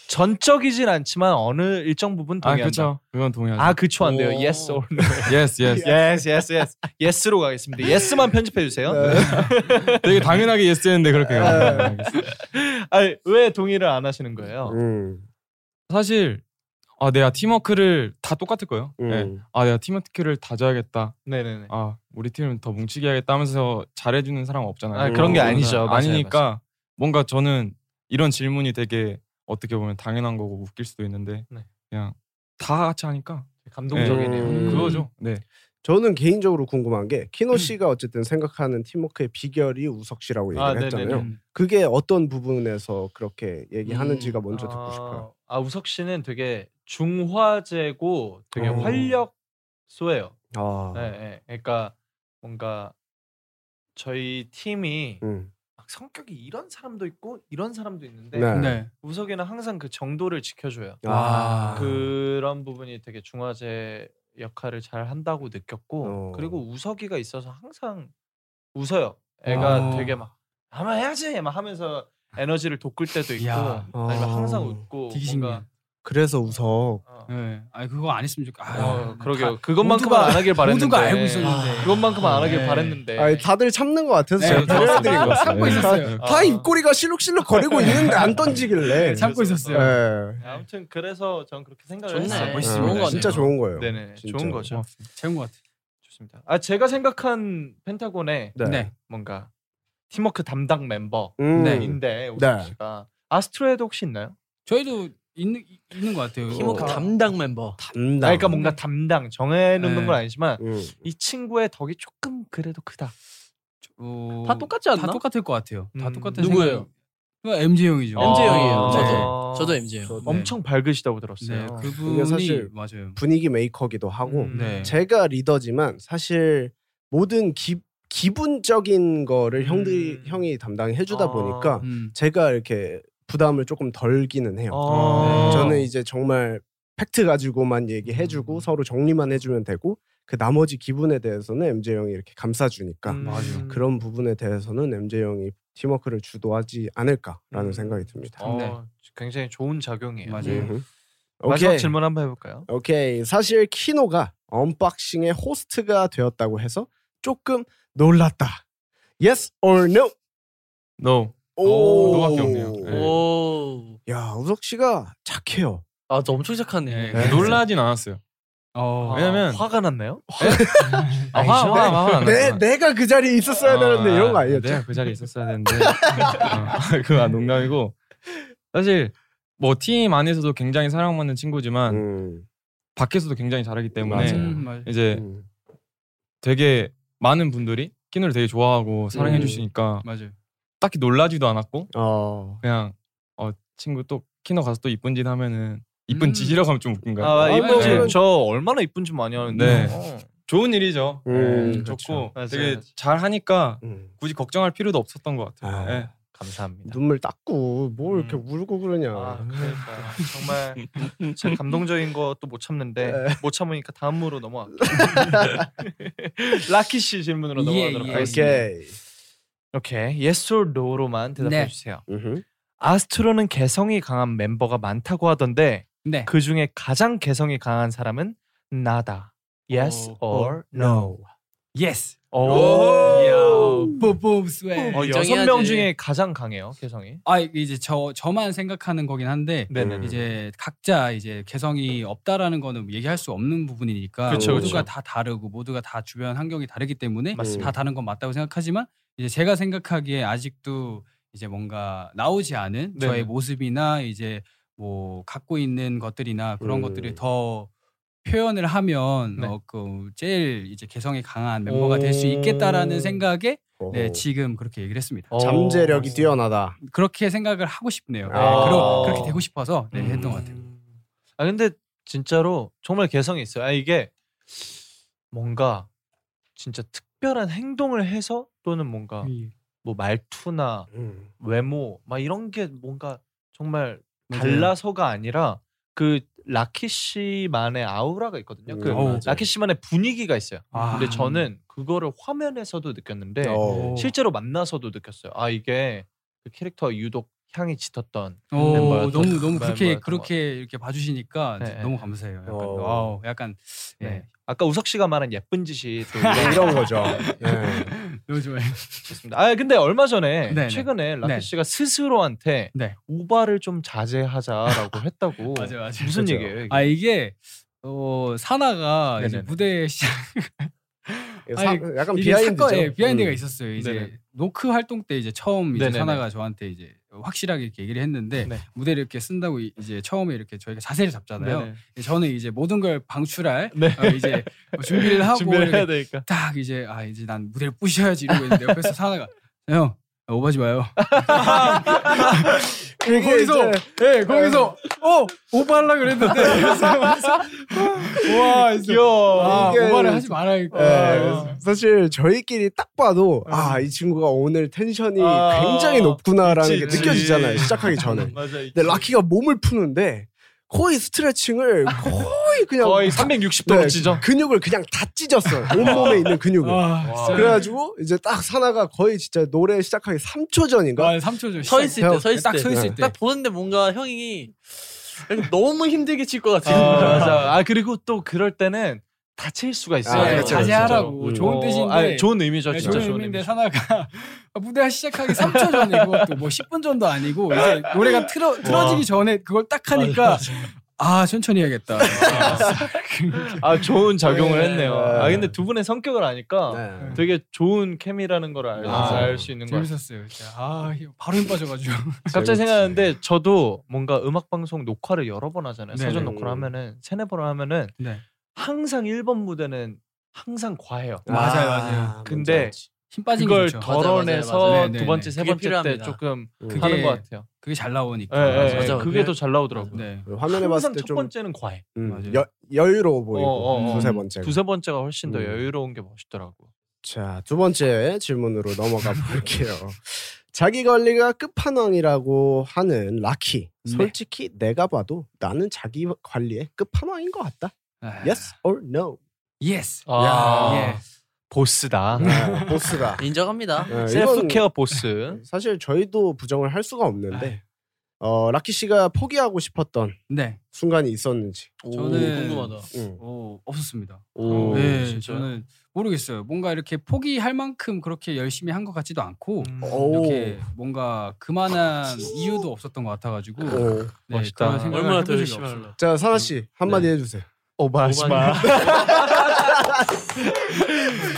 [SPEAKER 4] 전적이진 않지만 어느 일정 부분
[SPEAKER 7] 아
[SPEAKER 4] 동의한다.
[SPEAKER 7] 그렇죠. 그건 동의하죠.
[SPEAKER 4] 아, 그쵸 안 돼요.
[SPEAKER 5] 오.
[SPEAKER 4] Yes or no?
[SPEAKER 7] yes yes.
[SPEAKER 4] (laughs) yes, yes, yes. Yes로 가겠습니다. Yes만 편집해 주세요.
[SPEAKER 7] 되게 당연하게 yes했는데 그렇게.
[SPEAKER 3] 네.
[SPEAKER 7] 가요. 알겠습니다.
[SPEAKER 4] (laughs) 아니, 왜 동의를 안 하시는 거예요?
[SPEAKER 3] 음.
[SPEAKER 7] 사실 아 내가 팀워크를 다 똑같을 거예요.
[SPEAKER 3] 음.
[SPEAKER 7] 네. 아 내가 팀워크를 다 줘야겠다.
[SPEAKER 4] 네네네.
[SPEAKER 7] 아 우리 팀은 더 뭉치게 하겠다 하면서 잘해주는 사람 없잖아요.
[SPEAKER 4] 아, 그런 게 아니죠. 맞아요,
[SPEAKER 7] 아니니까 뭔가 저는 이런 질문이 되게 어떻게 보면 당연한 거고 웃길 수도 있는데
[SPEAKER 4] 네.
[SPEAKER 7] 그냥 다 같이 하니까
[SPEAKER 4] 감동적이네요.
[SPEAKER 3] 음.
[SPEAKER 7] 그거죠. 네.
[SPEAKER 3] 저는 개인적으로 궁금한 게 키노 씨가 어쨌든 생각하는 팀워크의 비결이 우석 씨라고 얘기를
[SPEAKER 4] 아, 네네네.
[SPEAKER 3] 했잖아요. 그게 어떤 부분에서 그렇게 얘기하는지가 먼저
[SPEAKER 4] 아,
[SPEAKER 3] 듣고 싶어요.
[SPEAKER 4] 아 우석 씨는 되게 중화제고 되게
[SPEAKER 3] 어.
[SPEAKER 4] 활력 쏘예요.
[SPEAKER 3] 아.
[SPEAKER 4] 예, 예. 그러니까 뭔가 저희 팀이
[SPEAKER 3] 음.
[SPEAKER 4] 막 성격이 이런 사람도 있고 이런 사람도 있는데
[SPEAKER 3] 네.
[SPEAKER 6] 네.
[SPEAKER 4] 우석이는 항상 그 정도를 지켜줘요.
[SPEAKER 3] 아.
[SPEAKER 4] 그런 부분이 되게 중화제 역할을 잘 한다고 느꼈고
[SPEAKER 3] 어.
[SPEAKER 4] 그리고 우석이가 있어서 항상 웃어요. 애가
[SPEAKER 7] 와.
[SPEAKER 4] 되게 막 한번 해야지 막 하면서 에너지를 돋굴 때도 있고
[SPEAKER 7] 야.
[SPEAKER 4] 아니면
[SPEAKER 3] 어.
[SPEAKER 4] 항상 웃고
[SPEAKER 7] 되게
[SPEAKER 4] 뭔가
[SPEAKER 7] 신기해.
[SPEAKER 3] 그래서 웃어.
[SPEAKER 4] 어,
[SPEAKER 7] 네. 아 그거 안 했으면 좋겠. 아,
[SPEAKER 4] 어, 그러게요.
[SPEAKER 7] 다-
[SPEAKER 4] 그것만큼은
[SPEAKER 7] 모두가-
[SPEAKER 4] 안 하길 바랬는데.
[SPEAKER 7] 모두가 알고 있었는데.
[SPEAKER 4] 그것만큼은 안 하길
[SPEAKER 7] 네.
[SPEAKER 4] 바랬는데.
[SPEAKER 3] 아니, 다들 참는 것 같아서
[SPEAKER 7] 네,
[SPEAKER 3] 제가
[SPEAKER 7] 저도
[SPEAKER 3] 배려해드린 것
[SPEAKER 7] 참고
[SPEAKER 3] 같아요.
[SPEAKER 7] 있었어요.
[SPEAKER 4] 네.
[SPEAKER 3] 다, 다 입꼬리가 실룩실룩 거리고 있는데 안 던지길래.
[SPEAKER 7] 참고 있었어요.
[SPEAKER 3] 네.
[SPEAKER 4] 아무튼 그래서 전 그렇게 생각을
[SPEAKER 5] 좋네.
[SPEAKER 4] 했어요.
[SPEAKER 5] 멋있습니다. 좋은 거 같네요.
[SPEAKER 3] 음, 진짜 좋은 거예요.
[SPEAKER 4] 네네.
[SPEAKER 3] 진짜.
[SPEAKER 4] 좋은 거죠.
[SPEAKER 7] 좋은 것 같아.
[SPEAKER 4] 좋습니다. 아 제가 생각한 펜타곤의
[SPEAKER 3] 네.
[SPEAKER 7] 네.
[SPEAKER 4] 뭔가 팀워크 담당 멤버인데
[SPEAKER 3] 음.
[SPEAKER 7] 네,
[SPEAKER 4] 우리
[SPEAKER 3] 네.
[SPEAKER 4] 씨가 아스트로에도 혹시 있나요?
[SPEAKER 7] 저희도 있는 있는 것 같아요.
[SPEAKER 5] 팀워크
[SPEAKER 3] 어.
[SPEAKER 5] 담당 멤버.
[SPEAKER 3] 담당.
[SPEAKER 4] 아, 그러니까 뭔가 담당 정해놓는
[SPEAKER 7] 네.
[SPEAKER 4] 건 아니지만
[SPEAKER 3] 음.
[SPEAKER 4] 이 친구의 덕이 조금 그래도 크다.
[SPEAKER 7] 어,
[SPEAKER 5] 뭐 다 똑같지 않나?
[SPEAKER 7] 다 똑같을 것 같아요. 다
[SPEAKER 4] 음.
[SPEAKER 7] 똑같은
[SPEAKER 5] 누구예요?
[SPEAKER 7] 생각이... MJ 형이죠.
[SPEAKER 5] MJ 형이에요.
[SPEAKER 4] 아,
[SPEAKER 5] 저도.
[SPEAKER 4] 네.
[SPEAKER 5] 저도 MJ요.
[SPEAKER 4] 엄청 밝으시다고
[SPEAKER 7] 네,
[SPEAKER 4] 들었어요.
[SPEAKER 7] 그분이
[SPEAKER 3] 사실
[SPEAKER 7] 맞아요.
[SPEAKER 3] 분위기 메이커기도 하고
[SPEAKER 4] 음.
[SPEAKER 7] 뭐 네.
[SPEAKER 3] 제가 리더지만 사실 모든 기, 기분적인 거를 형들이
[SPEAKER 4] 음.
[SPEAKER 3] 형이 담당해 주다
[SPEAKER 4] 아.
[SPEAKER 3] 보니까
[SPEAKER 7] 음.
[SPEAKER 3] 제가 이렇게 부담을 조금 덜기는 해요.
[SPEAKER 4] 아.
[SPEAKER 6] 어.
[SPEAKER 7] 네.
[SPEAKER 3] 어. 저는 이제 정말 팩트 가지고만 얘기해 주고
[SPEAKER 6] 음.
[SPEAKER 3] 서로 정리만 해 주면 되고 그 나머지 기분에 대해서는 MJ 형이 이렇게 감싸 주니까
[SPEAKER 4] 음.
[SPEAKER 7] 맞아요.
[SPEAKER 3] 그러니까 그런 부분에 대해서는 MJ 형이 팀워크를 주도하지 않을까라는
[SPEAKER 4] 음.
[SPEAKER 3] 생각이 듭니다.
[SPEAKER 6] 아,
[SPEAKER 4] 어,
[SPEAKER 7] 네.
[SPEAKER 4] 굉장히 좋은 작용이에요.
[SPEAKER 6] 네.
[SPEAKER 4] 네.
[SPEAKER 7] 맞아요.
[SPEAKER 3] 음.
[SPEAKER 4] 마지막
[SPEAKER 3] 오케이.
[SPEAKER 4] 질문 한번 해볼까요?
[SPEAKER 3] 오케이. 사실 키노가 언박싱의 호스트가 되었다고 해서 조금 놀랐다. Yes or no?
[SPEAKER 6] No.
[SPEAKER 3] 오.
[SPEAKER 6] 노밖에 없네요. 네.
[SPEAKER 5] 오.
[SPEAKER 3] 야 우석 씨가 착해요.
[SPEAKER 5] 아, 저 엄청 착하네.
[SPEAKER 7] 네.
[SPEAKER 6] 놀라진 않았어요.
[SPEAKER 7] 어.
[SPEAKER 6] 왜냐면-
[SPEAKER 4] 아, 화가 (laughs) 났나요? 네.
[SPEAKER 6] 아,
[SPEAKER 3] 네.
[SPEAKER 6] 화, 화, 화, 화, 화.
[SPEAKER 3] 내
[SPEAKER 7] 아.
[SPEAKER 3] 내가 그 자리에 있었어야 되는데 이런
[SPEAKER 7] 네.
[SPEAKER 3] 거 아니었죠?
[SPEAKER 6] 내가 그 자리에 있었어야 되는데 어, 그건 농담이고 사실 뭐 팀 안에서도 굉장히 사랑받는 친구지만
[SPEAKER 3] 음.
[SPEAKER 6] 밖에서도 굉장히 잘하기 때문에
[SPEAKER 3] 맞아요.
[SPEAKER 7] 음, 맞아요.
[SPEAKER 6] 이제
[SPEAKER 3] 음.
[SPEAKER 6] 되게 많은 분들이 키노를 되게 좋아하고 사랑해
[SPEAKER 3] 음.
[SPEAKER 6] 주시니까
[SPEAKER 7] 맞아요.
[SPEAKER 6] 딱히 놀라지도 않았고
[SPEAKER 3] 어.
[SPEAKER 7] 네.
[SPEAKER 6] 그냥 어 친구 또 키노 가서 또 이쁜 짓 하면은 이쁜
[SPEAKER 7] 음.
[SPEAKER 6] 짓이라고 하면 좀 웃긴가요?
[SPEAKER 4] 아, 이쁜
[SPEAKER 7] 네.
[SPEAKER 4] 짓. 저 얼마나 이쁜 짓 많이 하는데.
[SPEAKER 6] 네.
[SPEAKER 4] 어.
[SPEAKER 6] 좋은 일이죠.
[SPEAKER 3] 음,
[SPEAKER 6] 네,
[SPEAKER 3] 그렇죠.
[SPEAKER 6] 좋고
[SPEAKER 4] 맞아요,
[SPEAKER 6] 되게
[SPEAKER 4] 맞아요.
[SPEAKER 6] 잘 하니까
[SPEAKER 3] 음.
[SPEAKER 6] 굳이 걱정할 필요도 없었던 것 같아요.
[SPEAKER 3] 아.
[SPEAKER 6] 네.
[SPEAKER 4] 감사합니다.
[SPEAKER 3] 눈물 닦고 뭘 이렇게
[SPEAKER 4] 음.
[SPEAKER 3] 울고 그러냐.
[SPEAKER 4] 아, 그러니까 정말 제 감동적인 것도 못 참는데
[SPEAKER 3] 네.
[SPEAKER 4] 못 참으니까 다음으로 넘어갈게요. (laughs) 라키 씨 질문으로
[SPEAKER 7] 예,
[SPEAKER 4] 넘어가도록
[SPEAKER 7] 예.
[SPEAKER 4] 하겠습니다.
[SPEAKER 3] 오케이.
[SPEAKER 4] 오케이. yes or no로만 대답해
[SPEAKER 7] 네.
[SPEAKER 4] 주세요.
[SPEAKER 3] 음흠.
[SPEAKER 4] 아스트로는 개성이 강한 멤버가 많다고 하던데
[SPEAKER 7] 네.
[SPEAKER 4] 그 중에 가장 개성이 강한 사람은 나다. yes or no.
[SPEAKER 7] yes.
[SPEAKER 4] 오. 이야.
[SPEAKER 7] 뽀뽀 스웨.
[SPEAKER 6] 네.
[SPEAKER 4] 어, 여섯
[SPEAKER 5] 인정해야지.
[SPEAKER 4] 명 중에 가장 강해요 개성이.
[SPEAKER 7] 아 이게 이제 저 저만 생각하는 거긴 한데
[SPEAKER 4] 네네.
[SPEAKER 7] 이제 각자 이제 개성이 없다라는 거는 얘기할 수 없는 부분이니까
[SPEAKER 4] 그쵸,
[SPEAKER 7] 모두가
[SPEAKER 4] 그쵸.
[SPEAKER 7] 다 다르고 모두가 다 주변 환경이 다르기 때문에
[SPEAKER 3] 맞습니다.
[SPEAKER 7] 다 다른 건 맞다고 생각하지만 이제 제가 생각하기에 아직도 이제 뭔가 나오지
[SPEAKER 4] 네네.
[SPEAKER 7] 않은 저의 모습이나 이제 뭐 갖고 있는 것들이나 그런
[SPEAKER 3] 음.
[SPEAKER 7] 것들을 더 표현을 하면
[SPEAKER 4] 네.
[SPEAKER 7] 어, 그 제일 이제 개성이 강한 멤버가 될 수 있겠다라는 생각에 네,
[SPEAKER 3] 어허. 어,
[SPEAKER 7] 지금 그렇게 얘기를 했습니다.
[SPEAKER 3] 잠재력이 뛰어나다.
[SPEAKER 7] 그렇게 생각을 하고 싶네요. 네,
[SPEAKER 4] 아. 음.
[SPEAKER 7] 그러, 그렇게 되고 싶어서 네, 했던 것 같아요.
[SPEAKER 4] 아 근데 진짜로 정말 개성이 있어요. 아 이게 뭔가 진짜 특별한 행동을 해서 또는 뭔가
[SPEAKER 7] 음.
[SPEAKER 4] 뭐 말투나
[SPEAKER 3] 음.
[SPEAKER 4] 외모 막 이런 게 뭔가 정말
[SPEAKER 7] 맞아요.
[SPEAKER 4] 달라서가 아니라 그 라키 씨만의 아우라가 있거든요. 그
[SPEAKER 3] 음,
[SPEAKER 7] 맞아요.
[SPEAKER 4] 라키 씨만의 분위기가 있어요.
[SPEAKER 7] 아.
[SPEAKER 4] 근데 저는 그거를 화면에서도 느꼈는데
[SPEAKER 7] 네.
[SPEAKER 3] 어.
[SPEAKER 4] 실제로 만나서도 느꼈어요. 아 이게 그 캐릭터 유독 향이 짙었던
[SPEAKER 7] 오,
[SPEAKER 4] 멤버였던
[SPEAKER 7] 너무 너무
[SPEAKER 4] 멤버였던
[SPEAKER 7] 그렇게
[SPEAKER 4] 것
[SPEAKER 7] 그렇게 이렇게 봐주시니까
[SPEAKER 4] 네,
[SPEAKER 7] 너무 감사해요. 약간
[SPEAKER 3] 어.
[SPEAKER 7] 와우, 약간 예,
[SPEAKER 4] 아까 우석 씨가 말한 예쁜 짓이 또
[SPEAKER 3] 네, 이런
[SPEAKER 7] (laughs)
[SPEAKER 3] 거죠. 네.
[SPEAKER 7] 너무 좋아요.
[SPEAKER 4] 있습니다. 아 근데 얼마 전에
[SPEAKER 7] 네네.
[SPEAKER 4] 최근에
[SPEAKER 7] 네.
[SPEAKER 4] 라키 씨가 스스로한테
[SPEAKER 7] 네.
[SPEAKER 4] 오바를 좀 자제하자라고 했다고
[SPEAKER 7] (laughs) 맞아요, 맞아요.
[SPEAKER 4] 네. 무슨
[SPEAKER 3] 그죠.
[SPEAKER 4] 얘기예요? 이게?
[SPEAKER 7] 아 이게 어 사나가 이제
[SPEAKER 4] 네네네.
[SPEAKER 7] 무대 시작
[SPEAKER 3] 사,
[SPEAKER 7] 아니,
[SPEAKER 3] 약간
[SPEAKER 7] 이게
[SPEAKER 3] 비하인드죠.
[SPEAKER 7] 사건, 예, 비하인드가
[SPEAKER 3] 음.
[SPEAKER 7] 있었어요. 이제
[SPEAKER 4] 네네.
[SPEAKER 7] 노크 활동 때 이제 처음 이제
[SPEAKER 4] 네네네.
[SPEAKER 7] 사나가 저한테 이제 확실하게 이렇게 얘기를 했는데
[SPEAKER 4] 네.
[SPEAKER 7] 무대를 이렇게 쓴다고 이- 이제 처음에 이렇게 저희가 자세를 잡잖아요.
[SPEAKER 4] 네네.
[SPEAKER 7] 저는 이제 모든 걸 방출할
[SPEAKER 4] 네.
[SPEAKER 7] 어, 이제 뭐 준비를 하고
[SPEAKER 4] 준비를
[SPEAKER 7] 이렇게
[SPEAKER 4] 해야 되니까.
[SPEAKER 7] 딱 이제 아 이제 난 무대를 부셔야지 이러고 있는데 옆에서 사나가 형 오버하지 마요.
[SPEAKER 3] 이게
[SPEAKER 7] 거기서
[SPEAKER 3] 이제-
[SPEAKER 7] 예 거기서 어 오버하려 그랬는데
[SPEAKER 4] (laughs)
[SPEAKER 7] 그래서 와
[SPEAKER 3] 예.
[SPEAKER 4] 귀여워.
[SPEAKER 7] 아,
[SPEAKER 3] 이게-
[SPEAKER 7] 오버를 하지 말아야겠다.
[SPEAKER 4] 어.
[SPEAKER 3] 예, 사실 저희끼리 딱 봐도 아 이 친구가 오늘 텐션이
[SPEAKER 4] 음. 아, 음.
[SPEAKER 3] 굉장히 높구나라는
[SPEAKER 4] 그치,
[SPEAKER 3] 게
[SPEAKER 4] 그치.
[SPEAKER 3] 느껴지잖아요 시작하기 전에
[SPEAKER 4] 맞아.
[SPEAKER 3] 근데 라키가 몸을 푸는데 거의 스트레칭을 거의 거의 그냥
[SPEAKER 4] 거의 360도
[SPEAKER 3] 네,
[SPEAKER 4] 로 찢어.
[SPEAKER 3] 근육을 그냥 다 찢었어요. 온몸에 있는 근육을.
[SPEAKER 4] 아.
[SPEAKER 3] 그래가지고 이제 딱 사나가 거의 진짜 노래 시작하기 3초 전인가?
[SPEAKER 6] 3초 전.
[SPEAKER 5] 서 있을 때, 서 있을 때. 네.
[SPEAKER 6] 딱서 있을 때.
[SPEAKER 5] 딱 보는데 뭔가 형이 약간 너무 힘들게 칠 것 같아요.
[SPEAKER 4] 아, 맞아. 아 그리고 또 그럴 때는 다칠 수가 있어요.
[SPEAKER 3] 아,
[SPEAKER 6] 네,
[SPEAKER 3] 그렇죠,
[SPEAKER 6] 자제하라고
[SPEAKER 4] 음.
[SPEAKER 6] 좋은 뜻인데
[SPEAKER 4] 어, 아니, 좋은 의미죠.
[SPEAKER 6] 네,
[SPEAKER 4] 진짜
[SPEAKER 6] 좋은 의미인데 사나가 (laughs) 무대 시작하기 3초 전이고 또 뭐 10분 전도 아니고 이제 노래가 틀어, 틀어지기 전에 그걸 딱 하니까 아 천천히 해야겠다.
[SPEAKER 4] 아 좋은 작용을
[SPEAKER 5] 네.
[SPEAKER 4] 했네요. 아 근데 두 분의 성격을 아니까
[SPEAKER 3] 네.
[SPEAKER 4] 되게 좋은 케미라는 걸 알 수
[SPEAKER 7] 아,
[SPEAKER 4] 있는 거 같아요.
[SPEAKER 6] 재밌었어요. 진짜. 아 이거 바로 힘 빠져가지고. (laughs)
[SPEAKER 4] 갑자기 생각하는데 저도 뭔가 음악 방송 녹화를 여러 번 하잖아요.
[SPEAKER 6] 네.
[SPEAKER 4] 사전 녹화를 하면은 세네 번을 하면은
[SPEAKER 6] 네.
[SPEAKER 4] 항상 1번 무대는 항상 과해요.
[SPEAKER 6] 맞아요,
[SPEAKER 3] 아,
[SPEAKER 6] 맞아요.
[SPEAKER 3] 뭔지
[SPEAKER 4] 근데
[SPEAKER 3] 알지.
[SPEAKER 6] 힘 빠진 게
[SPEAKER 4] 이걸
[SPEAKER 6] 좋죠.
[SPEAKER 4] 덜어내서
[SPEAKER 6] 맞아요, 맞아요.
[SPEAKER 4] 두 번째,
[SPEAKER 6] 네, 네.
[SPEAKER 4] 세
[SPEAKER 5] 그게
[SPEAKER 4] 번째 때
[SPEAKER 5] 필요합니다.
[SPEAKER 4] 조금
[SPEAKER 3] 그게-
[SPEAKER 4] 하는 것 같아요.
[SPEAKER 6] 그게 네, 잘 나오니까.
[SPEAKER 4] 예, 예, 예.
[SPEAKER 5] 맞아.
[SPEAKER 4] 그게 더 잘 나오더라고요.
[SPEAKER 6] 네.
[SPEAKER 3] 화면에 봤을
[SPEAKER 4] 항상
[SPEAKER 3] 때
[SPEAKER 4] 첫
[SPEAKER 3] 좀
[SPEAKER 4] 번째는 과해.
[SPEAKER 3] 음,
[SPEAKER 6] 맞아요.
[SPEAKER 3] 여, 여유로워
[SPEAKER 4] 어,
[SPEAKER 3] 보이고
[SPEAKER 4] 어, 어.
[SPEAKER 3] 두세 번째.
[SPEAKER 4] 두세 번째가 훨씬 더
[SPEAKER 3] 음.
[SPEAKER 4] 여유로운 게 멋있더라고.
[SPEAKER 3] 자, 두 번째 질문으로 넘어가 볼게요. 자기 관리가 끝판왕이라고 하는 라키.
[SPEAKER 6] 네.
[SPEAKER 3] 솔직히 내가 봐도 나는 자기 관리의 끝판왕인 것 같다.
[SPEAKER 6] 아,
[SPEAKER 3] Yes or no?
[SPEAKER 6] Yes.
[SPEAKER 4] 아.
[SPEAKER 6] 예. 아,
[SPEAKER 4] 보스다.
[SPEAKER 3] 네, 보스가.
[SPEAKER 5] 인정합니다.
[SPEAKER 3] 네, 이건
[SPEAKER 4] 셀프케어
[SPEAKER 6] 네,
[SPEAKER 4] 보스.
[SPEAKER 3] 사실 저희도 부정을 할 수가 없는데 어, 라키 씨가 포기하고 싶었던
[SPEAKER 6] 아. 네.
[SPEAKER 3] 순간이 있었는지.
[SPEAKER 5] 오,
[SPEAKER 6] 저는-
[SPEAKER 5] 궁금하다.
[SPEAKER 3] 응.
[SPEAKER 6] 오, 없었습니다.
[SPEAKER 4] 오,
[SPEAKER 6] 네,
[SPEAKER 4] 진짜요?
[SPEAKER 6] 저는 모르겠어요. 뭔가 이렇게 포기할 만큼 그렇게 열심히 한 것 같지도 않고
[SPEAKER 5] 어,
[SPEAKER 3] 오.
[SPEAKER 6] 이렇게 뭔가
[SPEAKER 4] 아,
[SPEAKER 6] 그만한 이유도 없었던 것 같아가지고
[SPEAKER 3] 오.
[SPEAKER 6] 네,
[SPEAKER 4] 멋있다. 아.
[SPEAKER 6] 그런 생각을
[SPEAKER 5] 얼마나
[SPEAKER 6] 해본
[SPEAKER 5] 더
[SPEAKER 6] 적이
[SPEAKER 5] 열심히
[SPEAKER 6] 없어요.
[SPEAKER 5] 하려고.
[SPEAKER 3] 자, 사나 씨 한마디
[SPEAKER 6] 네.
[SPEAKER 3] 해주세요.
[SPEAKER 4] 오바하지마.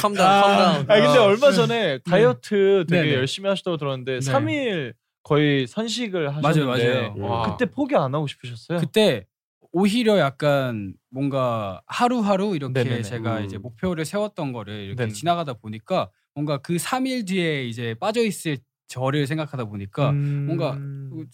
[SPEAKER 5] 컴다운, 컴다운.
[SPEAKER 4] 아 근데 얼마 전에 다이어트 되게
[SPEAKER 6] 네. 음. 네네.
[SPEAKER 4] 열심히 하시다고 들었는데
[SPEAKER 6] 네.
[SPEAKER 4] 3일 거의 선식을 하셨는데
[SPEAKER 6] 맞아요, 맞아요. 음.
[SPEAKER 4] 와. 그때 포기 안 하고 싶으셨어요?
[SPEAKER 6] 그때 오히려 약간 뭔가 하루하루 이렇게
[SPEAKER 4] 네네네.
[SPEAKER 6] 제가
[SPEAKER 3] 음.
[SPEAKER 6] 이제 목표를 세웠던 거를 이렇게
[SPEAKER 4] 네네.
[SPEAKER 6] 지나가다 보니까 뭔가 그 3일 뒤에 이제 빠져 있을 저를 생각하다 보니까
[SPEAKER 4] 음.
[SPEAKER 6] 뭔가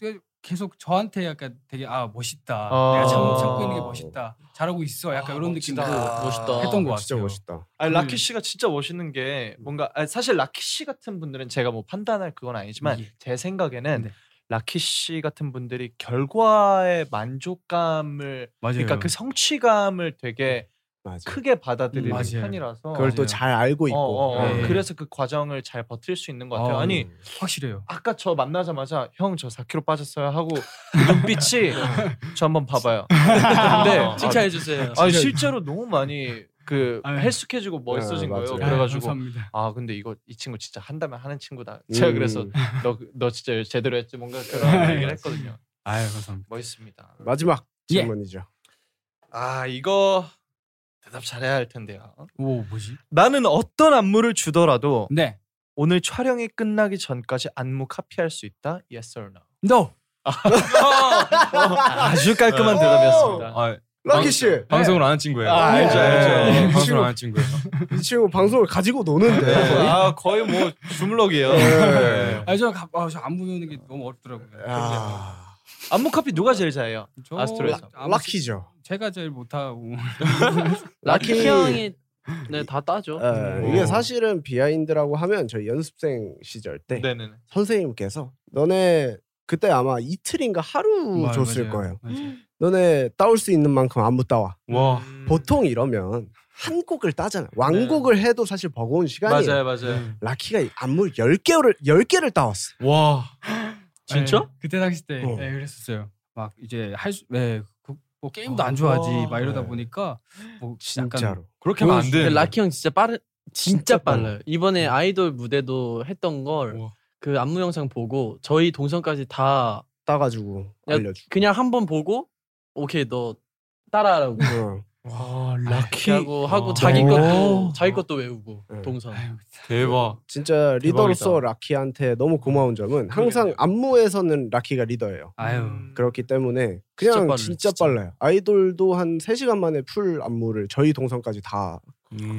[SPEAKER 6] 그 계속 저한테 약간 되게 아 멋있다
[SPEAKER 4] 아.
[SPEAKER 6] 내가 참, 참고 있는 게 멋있다 잘하고 있어 약간 이런 느낌으로
[SPEAKER 5] 멋있다.
[SPEAKER 6] 했던 것 같아요.
[SPEAKER 3] 아, 진짜 멋있다.
[SPEAKER 4] 아니, 라키 씨가 진짜 멋있는 게
[SPEAKER 6] 음.
[SPEAKER 4] 뭔가 아니, 사실 라키 씨 같은 분들은 제가 뭐 판단할 그건 아니지만
[SPEAKER 6] 예.
[SPEAKER 4] 제 생각에는
[SPEAKER 6] 네.
[SPEAKER 4] 라키 씨 같은 분들이 결과의 만족감을
[SPEAKER 6] 맞아요.
[SPEAKER 4] 그러니까 그 성취감을 되게
[SPEAKER 3] 맞아.
[SPEAKER 4] 크게 받아들이는
[SPEAKER 6] 음, 맞아요.
[SPEAKER 4] 편이라서
[SPEAKER 3] 그걸 또
[SPEAKER 6] 맞아요.
[SPEAKER 3] 잘 알고
[SPEAKER 4] 어,
[SPEAKER 3] 있고.
[SPEAKER 4] 어, 어.
[SPEAKER 6] 네.
[SPEAKER 4] 그래서 그 과정을 잘 버틸 수 있는 것 같아요.
[SPEAKER 6] 어,
[SPEAKER 4] 아니
[SPEAKER 3] 음.
[SPEAKER 6] 확실해요.
[SPEAKER 4] 아까 저 만나자마자 형 저 4kg 빠졌어요 하고
[SPEAKER 6] (laughs)
[SPEAKER 4] 눈빛이 저 한번 봐봐요. 근데
[SPEAKER 5] 네,
[SPEAKER 6] 아,
[SPEAKER 5] 칭찬해 주세요.
[SPEAKER 4] 아
[SPEAKER 6] (laughs)
[SPEAKER 4] 실제로 너무 많이 그
[SPEAKER 6] 아유.
[SPEAKER 4] 헬쑥해지고 멋있어진
[SPEAKER 3] 네,
[SPEAKER 4] 거예요.
[SPEAKER 3] 맞아요.
[SPEAKER 4] 그래가지고
[SPEAKER 6] 감사합니다.
[SPEAKER 4] 아 근데 이거 이 친구 진짜 한다면 하는 친구다. 제가 그래서
[SPEAKER 3] 음.
[SPEAKER 4] 너 너 진짜 제대로 했지 뭔가
[SPEAKER 6] (laughs)
[SPEAKER 4] 그런 얘기를 했거든요.
[SPEAKER 6] 네, 아유 감사합니다.
[SPEAKER 4] 멋있습니다.
[SPEAKER 3] 마지막
[SPEAKER 6] 예.
[SPEAKER 3] 질문이죠.
[SPEAKER 4] 아 이거 대답 잘해야 할 텐데요.
[SPEAKER 6] 오 뭐지?
[SPEAKER 4] 나는 어떤 안무를 주더라도
[SPEAKER 6] 네.
[SPEAKER 4] 오늘 촬영이 끝나기 전까지 안무 카피할 수 있다. Yes or no.
[SPEAKER 6] No.
[SPEAKER 4] 아, (laughs) 아주 깔끔한 대답이었습니다.
[SPEAKER 7] 아,
[SPEAKER 3] 라키 씨,
[SPEAKER 7] 방송을 안 한 친구예요.
[SPEAKER 4] 아, 알죠, 알죠.
[SPEAKER 7] 네,
[SPEAKER 6] (laughs)
[SPEAKER 3] 이
[SPEAKER 7] 방송을
[SPEAKER 3] 친구-
[SPEAKER 7] 안 한 친구예요.
[SPEAKER 3] 이 친구 방송을 가지고 노는데.
[SPEAKER 4] 아 거의 뭐 주물럭이에요.
[SPEAKER 3] 네.
[SPEAKER 6] 아저안 아, 저안 보는 게 너무 어렵더라고요.
[SPEAKER 3] 아,
[SPEAKER 4] 안무 카피 누가 제일 잘해요?
[SPEAKER 6] 저
[SPEAKER 4] 아스트로에서.
[SPEAKER 6] 아마
[SPEAKER 3] 락키죠.
[SPEAKER 6] 제가 제일 못하고
[SPEAKER 5] 라키 형이 네, 다 따죠.
[SPEAKER 3] 예, 이게 사실은 비하인드라고 하면 저희 연습생 시절 때
[SPEAKER 4] 네네.
[SPEAKER 3] 선생님께서 너네 그때 아마 이틀인가 하루
[SPEAKER 6] 맞아요,
[SPEAKER 3] 줬을
[SPEAKER 6] 맞아요.
[SPEAKER 3] 거예요.
[SPEAKER 6] 맞아요.
[SPEAKER 3] 너네 따올 수 있는 만큼 안무 따와.
[SPEAKER 4] 음.
[SPEAKER 7] 와.
[SPEAKER 3] 보통 이러면 한 곡을 따잖아. 완곡을 해도 사실 버거운 시간이에요.
[SPEAKER 4] 네. 맞아요, 맞아요.
[SPEAKER 5] 네.
[SPEAKER 3] 라키가 이 안무 10개를 10개를 따왔어.
[SPEAKER 7] 와.
[SPEAKER 6] 네, 그때 당시 때
[SPEAKER 3] 어.
[SPEAKER 6] 네, 그랬었어요. 막 이제 할수 네, 그, 뭐 게임도 안 좋아하지
[SPEAKER 4] 어.
[SPEAKER 6] 막 이러다
[SPEAKER 3] 네.
[SPEAKER 6] 보니까 뭐 약간
[SPEAKER 3] 진짜로.
[SPEAKER 7] 그렇게 하면 안 돼.
[SPEAKER 5] 근데 라키 형 진짜 빠르 진짜
[SPEAKER 3] 빨라.
[SPEAKER 5] 빨라요. 이번에 아이돌 무대도 했던 걸
[SPEAKER 7] 우와.
[SPEAKER 5] 그 안무 영상 보고 저희 동선까지 다
[SPEAKER 3] 따 가지고
[SPEAKER 5] 야,
[SPEAKER 3] 알려 주고.
[SPEAKER 5] 그냥 한 번 보고 오케이 너 따라하라고
[SPEAKER 3] 어.
[SPEAKER 7] 와, 라키.
[SPEAKER 4] 어.
[SPEAKER 5] 하고 하고 자기
[SPEAKER 7] 오.
[SPEAKER 5] 것도 자기 것도 외우고
[SPEAKER 3] 네.
[SPEAKER 5] 동선.
[SPEAKER 6] 아유,
[SPEAKER 7] 대박.
[SPEAKER 3] 진짜 리더로서
[SPEAKER 7] 대박이다.
[SPEAKER 3] 라키한테 너무 고마운 점은 항상 안무에서는 라키가 리더예요.
[SPEAKER 4] 음.
[SPEAKER 6] 아유
[SPEAKER 3] 그렇기 때문에
[SPEAKER 5] 진짜
[SPEAKER 3] 그냥
[SPEAKER 5] 빠르네,
[SPEAKER 3] 진짜,
[SPEAKER 5] 진짜.
[SPEAKER 3] 빨라요. 아이돌도 한 3시간 만에 풀 안무를 저희 동선까지 다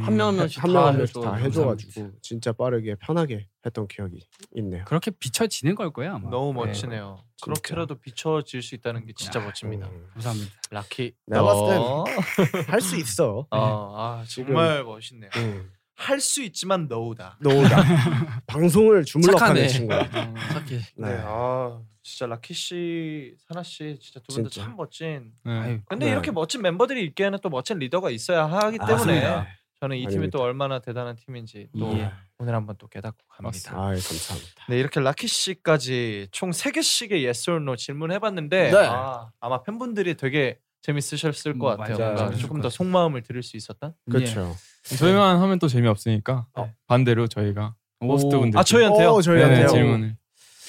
[SPEAKER 5] 한 명 한 명씩
[SPEAKER 3] 한 명
[SPEAKER 5] 다
[SPEAKER 3] 한 명씩
[SPEAKER 5] 해줘.
[SPEAKER 3] 다 해줘 가지고 진짜 빠르게 편하게 했던 기억이 있네요.
[SPEAKER 6] 그렇게 비춰지는 걸 거야 아마.
[SPEAKER 4] 너무
[SPEAKER 6] 네,
[SPEAKER 4] 멋지네요. 그렇게라도 비춰질 수 있다는 게 진짜 멋집니다.
[SPEAKER 5] 음.
[SPEAKER 6] 감사합니다.
[SPEAKER 4] 라키.
[SPEAKER 3] 내가 봤을 땐
[SPEAKER 4] 너.
[SPEAKER 3] 음.
[SPEAKER 4] (laughs)
[SPEAKER 3] 할 수 있어.
[SPEAKER 4] 어, 아, 정말 멋있네요.
[SPEAKER 3] 음.
[SPEAKER 4] 할 수 있지만 노우다.
[SPEAKER 3] 노우다. 방송을 주물럭하는
[SPEAKER 5] 착하네.
[SPEAKER 3] 친구야.
[SPEAKER 5] (laughs) 어. 착해.
[SPEAKER 4] 네.
[SPEAKER 3] 네.
[SPEAKER 4] 아 진짜 라키 씨, 사나 씨 진짜 두 분
[SPEAKER 3] 진짜.
[SPEAKER 4] 다 참 멋진.
[SPEAKER 7] 네.
[SPEAKER 4] 근데
[SPEAKER 3] 네. 아,
[SPEAKER 4] 이렇게 멋진 멤버들이 있기에는 또 멋진 리더가 있어야 하기 때문에
[SPEAKER 7] 맞습니다.
[SPEAKER 4] 저는 이 팀이
[SPEAKER 3] 아닙니다.
[SPEAKER 4] 또 얼마나 대단한 팀인지 또
[SPEAKER 5] 예.
[SPEAKER 4] 오늘 한번 또 깨닫고 갑니다.
[SPEAKER 3] 아, 감사합니다.
[SPEAKER 4] 네 이렇게 라키 씨까지 총 세 개씩의 yes or no 질문해봤는데
[SPEAKER 5] 네.
[SPEAKER 4] 아, 마 팬분들이 되게 재밌으셨을 것
[SPEAKER 6] 음,
[SPEAKER 4] 같아요.
[SPEAKER 6] 맞아요.
[SPEAKER 4] 뭔가
[SPEAKER 6] 재밌을
[SPEAKER 4] 조금
[SPEAKER 6] 것
[SPEAKER 4] 더 속마음을 들을 수 있었던.
[SPEAKER 3] 그렇죠.
[SPEAKER 7] 저희만 하면 또 재미없으니까 반대로 저희가 호스트분들
[SPEAKER 4] 아 저희한테요?
[SPEAKER 3] 어, 저희한테요.
[SPEAKER 7] 네, 질문을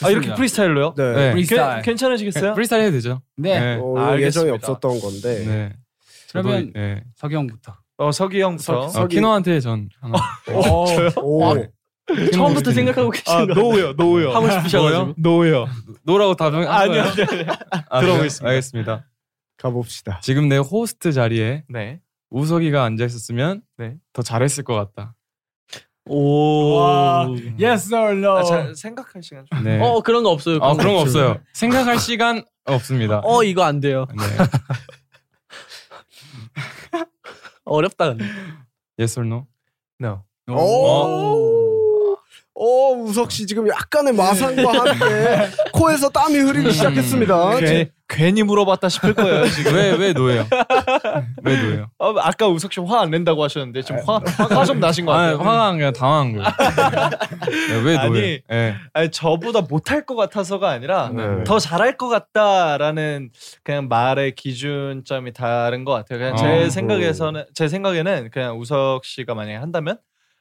[SPEAKER 4] 아 이렇게 프리스타일로요?
[SPEAKER 3] 네.
[SPEAKER 7] 네.
[SPEAKER 6] 프리스타일.
[SPEAKER 4] 괜- 괜찮으시겠어요?
[SPEAKER 7] 프리스타일 해도 되죠?
[SPEAKER 6] 네.
[SPEAKER 3] 어,
[SPEAKER 4] 알겠습니다.
[SPEAKER 3] 예정이 없었던 건데.
[SPEAKER 7] 네. 저도,
[SPEAKER 6] 그러면
[SPEAKER 7] 네.
[SPEAKER 6] 석이 형부터.
[SPEAKER 4] 어 석이 형부터.
[SPEAKER 7] 어, 키노한테 전 하나.
[SPEAKER 3] 어, 네. (laughs) 오, 예.
[SPEAKER 5] 처음부터 생각하고
[SPEAKER 4] 아
[SPEAKER 5] 계신 거
[SPEAKER 4] (laughs) 노우요, 노우요.
[SPEAKER 5] 하고 싶으셔가지고.
[SPEAKER 4] 노우요.
[SPEAKER 7] 노라고 답변
[SPEAKER 4] 아니요, 아니요. 아니요. 들어보겠습니다.
[SPEAKER 7] 알겠습니다.
[SPEAKER 3] 가봅시다.
[SPEAKER 7] 지금 내 호스트 자리에
[SPEAKER 4] 네.
[SPEAKER 7] 우석이가 앉아 있었으면
[SPEAKER 4] 네.
[SPEAKER 7] 더 잘했을 것 같다.
[SPEAKER 5] 오.
[SPEAKER 6] 와. Yes or no?
[SPEAKER 4] 아, 잘 생각할 시간 좀.
[SPEAKER 7] 네.
[SPEAKER 5] 어 그런 거 없어요.
[SPEAKER 7] 아 그런 거 없어요. 생각할 시간 없습니다.
[SPEAKER 5] 어 이거 안 돼요.
[SPEAKER 7] 네.
[SPEAKER 5] 어렵다 근데.
[SPEAKER 7] Yes or no?
[SPEAKER 4] No.
[SPEAKER 3] 오. 오, 어, 우석 씨 지금 약간의 마상과 함께 코에서 땀이 흐르기 시작했습니다.
[SPEAKER 4] 괜, 괜히 물어봤다 싶을 (laughs) 거예요.
[SPEAKER 7] 왜왜 노예요? 네, 왜 노예요?
[SPEAKER 4] 아, 아까 우석 씨 화 안 낸다고 하셨는데 지금 화, 화가 좀 나신 것 아,
[SPEAKER 7] 아
[SPEAKER 4] 네. 같아요. 네.
[SPEAKER 7] 화가 아니라 당황한 거예요. 네, 왜
[SPEAKER 4] 아니,
[SPEAKER 7] 노예? 예.
[SPEAKER 4] 아니, 저보다 못할 것 같아서가 아니라
[SPEAKER 3] 네.
[SPEAKER 4] 더 잘할 것 같다라는 그냥 말의 기준점이 다른 것 같아요. 그냥 제
[SPEAKER 7] 어.
[SPEAKER 4] 생각에서는 제 생각에는 그냥 우석 씨가 만약에 한다면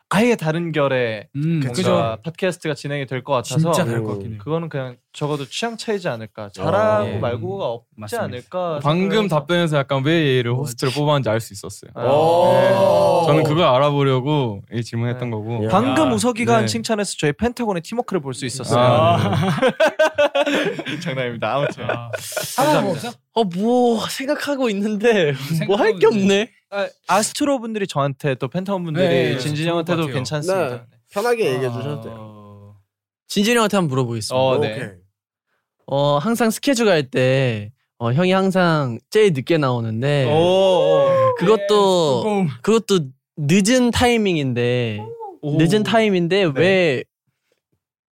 [SPEAKER 4] 아예 다른 결의
[SPEAKER 6] 음,
[SPEAKER 4] 뭔가
[SPEAKER 6] 그죠.
[SPEAKER 4] 그죠. 팟캐스트가 진행이 될 것 같아서
[SPEAKER 6] 진짜 다를 것 같긴 해요.
[SPEAKER 4] 그거는 그냥 적어도 취향 차이지 않을까. 잘하고
[SPEAKER 6] 예.
[SPEAKER 4] 말고가 없지
[SPEAKER 6] 맞습니다. 어,
[SPEAKER 4] 않을까.
[SPEAKER 7] 방금
[SPEAKER 4] 생각해서. 아,
[SPEAKER 7] 답변에서 약간 왜 얘를 호스트로 뽑았는지 알 수 있었어요.
[SPEAKER 4] 네. 오.
[SPEAKER 7] 저는 그걸 알아보려고 이 질문했던 거고.
[SPEAKER 3] 야.
[SPEAKER 4] 방금 우석이가
[SPEAKER 7] 네.
[SPEAKER 4] 칭찬해서 저희 펜타곤의 팀워크를 볼 수 있었어요.
[SPEAKER 6] 네.
[SPEAKER 7] 아,
[SPEAKER 4] 장난입니다. 아무튼
[SPEAKER 6] 하나 없어?
[SPEAKER 5] 어 뭐 생각하고 있는데 (laughs) 뭐 할 게 없네.
[SPEAKER 4] 아, 스트로 분들이 저한테 또 펜타곤 분들이
[SPEAKER 6] 네, 네,
[SPEAKER 4] 진진이
[SPEAKER 6] 좋은 것
[SPEAKER 4] 형한테도
[SPEAKER 6] 같아요. 네.
[SPEAKER 4] 괜찮습니다.
[SPEAKER 3] 편하게 얘기해 주셔도 돼요.
[SPEAKER 5] 진진이 형한테 한번 물어보겠습니다.
[SPEAKER 4] 어,
[SPEAKER 5] 어,
[SPEAKER 4] 네.
[SPEAKER 3] 오케이.
[SPEAKER 5] 항상 스케줄 갈 때 어, 형이 항상 제일 늦게 나오는데
[SPEAKER 4] 네. 오, 오.
[SPEAKER 5] 그것도 그것도 늦은 타이밍인데
[SPEAKER 4] 오. 네.
[SPEAKER 5] 늦은 타임인데 왜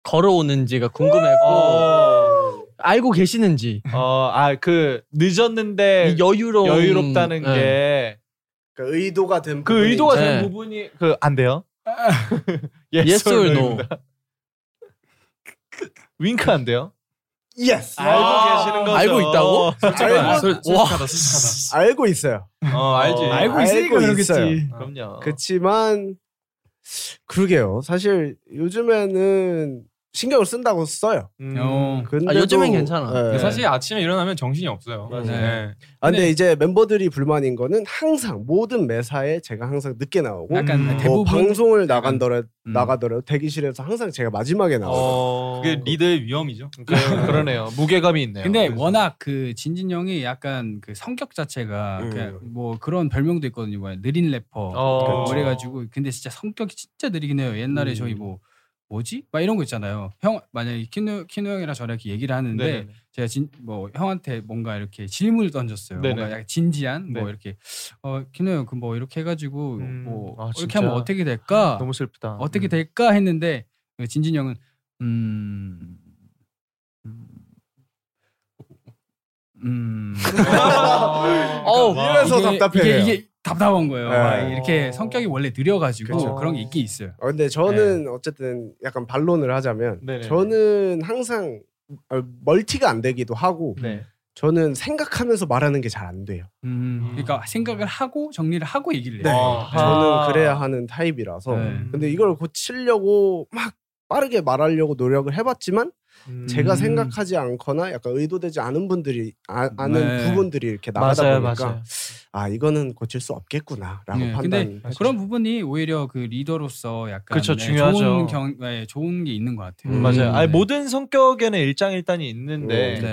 [SPEAKER 5] 걸어오는지가 궁금했고
[SPEAKER 4] 어,
[SPEAKER 5] 알고 계시는지
[SPEAKER 4] 어, 아, 그 늦었는데
[SPEAKER 5] 이 여유로운
[SPEAKER 4] 네. 여유롭다는
[SPEAKER 5] 네.
[SPEAKER 4] 게.
[SPEAKER 3] 그러니까 의도가 된.
[SPEAKER 4] 그
[SPEAKER 3] 부분이
[SPEAKER 4] 의도가
[SPEAKER 3] 있죠.
[SPEAKER 4] 된
[SPEAKER 5] 네.
[SPEAKER 4] 부분이 그
[SPEAKER 3] (laughs)
[SPEAKER 4] 안 돼요. yes,
[SPEAKER 5] yes or no
[SPEAKER 4] 윙크 안 돼요.
[SPEAKER 3] 예스.
[SPEAKER 4] 알고 계시는 거죠.
[SPEAKER 5] 알고 있다고?
[SPEAKER 3] 아, 알고,
[SPEAKER 7] 솔- 솔직하다, 솔직하다.
[SPEAKER 3] 알고 있어요.
[SPEAKER 7] 어, 알지.
[SPEAKER 4] 어,
[SPEAKER 6] 알고 있으니까
[SPEAKER 3] 알고
[SPEAKER 6] 그러겠지.
[SPEAKER 3] 있어요.
[SPEAKER 4] 그럼요.
[SPEAKER 3] 그렇지만 그러게요. 사실 요즘에는 신경을 쓴다고 써요.
[SPEAKER 6] 어,
[SPEAKER 4] 음.
[SPEAKER 3] 근데
[SPEAKER 5] 아, 요즘엔 괜찮아.
[SPEAKER 7] 네. 근데 사실 아침에 일어나면 정신이 없어요.
[SPEAKER 3] 맞아요.
[SPEAKER 7] 네.
[SPEAKER 3] 아, 근데 이제 멤버들이 불만인 거는 항상 모든 매사에 제가 항상 늦게 나오고
[SPEAKER 6] 약간
[SPEAKER 4] 음.
[SPEAKER 3] 뭐
[SPEAKER 6] 대부분
[SPEAKER 3] 방송을 나간더라
[SPEAKER 6] 음.
[SPEAKER 3] 나가더라도 대기실에서 항상 제가 마지막에 나와요.
[SPEAKER 4] 어.
[SPEAKER 7] 그게 리더의 위험이죠.
[SPEAKER 4] 그- 그러네요. 무게감이 있네요.
[SPEAKER 6] 근데 워낙 그 진진 형이 약간 그 성격 자체가
[SPEAKER 3] 음.
[SPEAKER 6] 그냥 뭐 그런 별명도 있거든요. 뭐야 느린 래퍼.
[SPEAKER 4] 어.
[SPEAKER 6] 그래가지고 근데 진짜 성격이 진짜 느리긴 해요. 옛날에
[SPEAKER 3] 음.
[SPEAKER 6] 저희 뭐 뭐지? 막 이런 거 있잖아요. 형 만약에 키노 키노 형이랑 저랑 이렇게 얘기를 하는데
[SPEAKER 4] 네네네.
[SPEAKER 6] 제가 진 뭐 형한테 뭔가 이렇게 질문을 던졌어요.
[SPEAKER 4] 네네.
[SPEAKER 6] 뭔가 약간 진지한
[SPEAKER 4] 네.
[SPEAKER 6] 뭐 이렇게 어 키노 형 그 뭐 이렇게 해가지고
[SPEAKER 4] 음.
[SPEAKER 6] 뭐
[SPEAKER 4] 아,
[SPEAKER 6] 이렇게
[SPEAKER 4] 진짜.
[SPEAKER 6] 하면 어떻게 될까?
[SPEAKER 4] 너무 슬프다.
[SPEAKER 6] 어떻게
[SPEAKER 4] 음.
[SPEAKER 6] 될까 했는데 진진 형은 음. 음.
[SPEAKER 4] (laughs)
[SPEAKER 5] 어우,
[SPEAKER 3] 이래서
[SPEAKER 6] 이게-
[SPEAKER 3] 답답해요.
[SPEAKER 6] 이게, 이게 답답한 거예요.
[SPEAKER 3] 네. 그렇죠.
[SPEAKER 6] 막 이렇게 성격이 원래 느려가지고
[SPEAKER 4] 그쵸.
[SPEAKER 6] 그런 게 있긴 있어요.
[SPEAKER 3] 어, 근데 저는 어쨌든 약간 반론을 하자면
[SPEAKER 4] 네네네.
[SPEAKER 3] 저는 항상 어, 멀티가 안 되기도 하고
[SPEAKER 4] 네.
[SPEAKER 3] 저는 생각하면서 말하는 게 잘 안 돼요.
[SPEAKER 4] 음.
[SPEAKER 6] 그러니까 생각을 하고 정리를 하고 얘기를 해요.
[SPEAKER 3] 네.
[SPEAKER 4] 아하.
[SPEAKER 3] 저는 그래야 하는 타입이라서
[SPEAKER 6] 네.
[SPEAKER 4] 음.
[SPEAKER 3] 근데 이걸 고치려고 막 빠르게 말하려고 노력을 해봤지만
[SPEAKER 4] 음.
[SPEAKER 3] 제가
[SPEAKER 6] 음.
[SPEAKER 3] 생각하지 않거나 약간 의도되지 않은 분들이 아, 아는
[SPEAKER 6] 네.
[SPEAKER 3] 부분들이 이렇게 나가다
[SPEAKER 4] 맞아요,
[SPEAKER 3] 보니까
[SPEAKER 4] 맞아요.
[SPEAKER 3] 아 이거는 고칠 수 없겠구나라고
[SPEAKER 6] 네,
[SPEAKER 3] 판단.
[SPEAKER 6] 근데 그런 부분이 오히려 그 리더로서 약간
[SPEAKER 4] 그쵸, 그렇죠.
[SPEAKER 6] 네,
[SPEAKER 4] 중요하죠.
[SPEAKER 6] 좋은 경, 네, 좋은 게 있는 것 같아요.
[SPEAKER 3] 음,
[SPEAKER 4] 맞아요. 아니
[SPEAKER 6] 네.
[SPEAKER 4] 모든 성격에는 일장일단이 있는데
[SPEAKER 3] 음,
[SPEAKER 6] 네.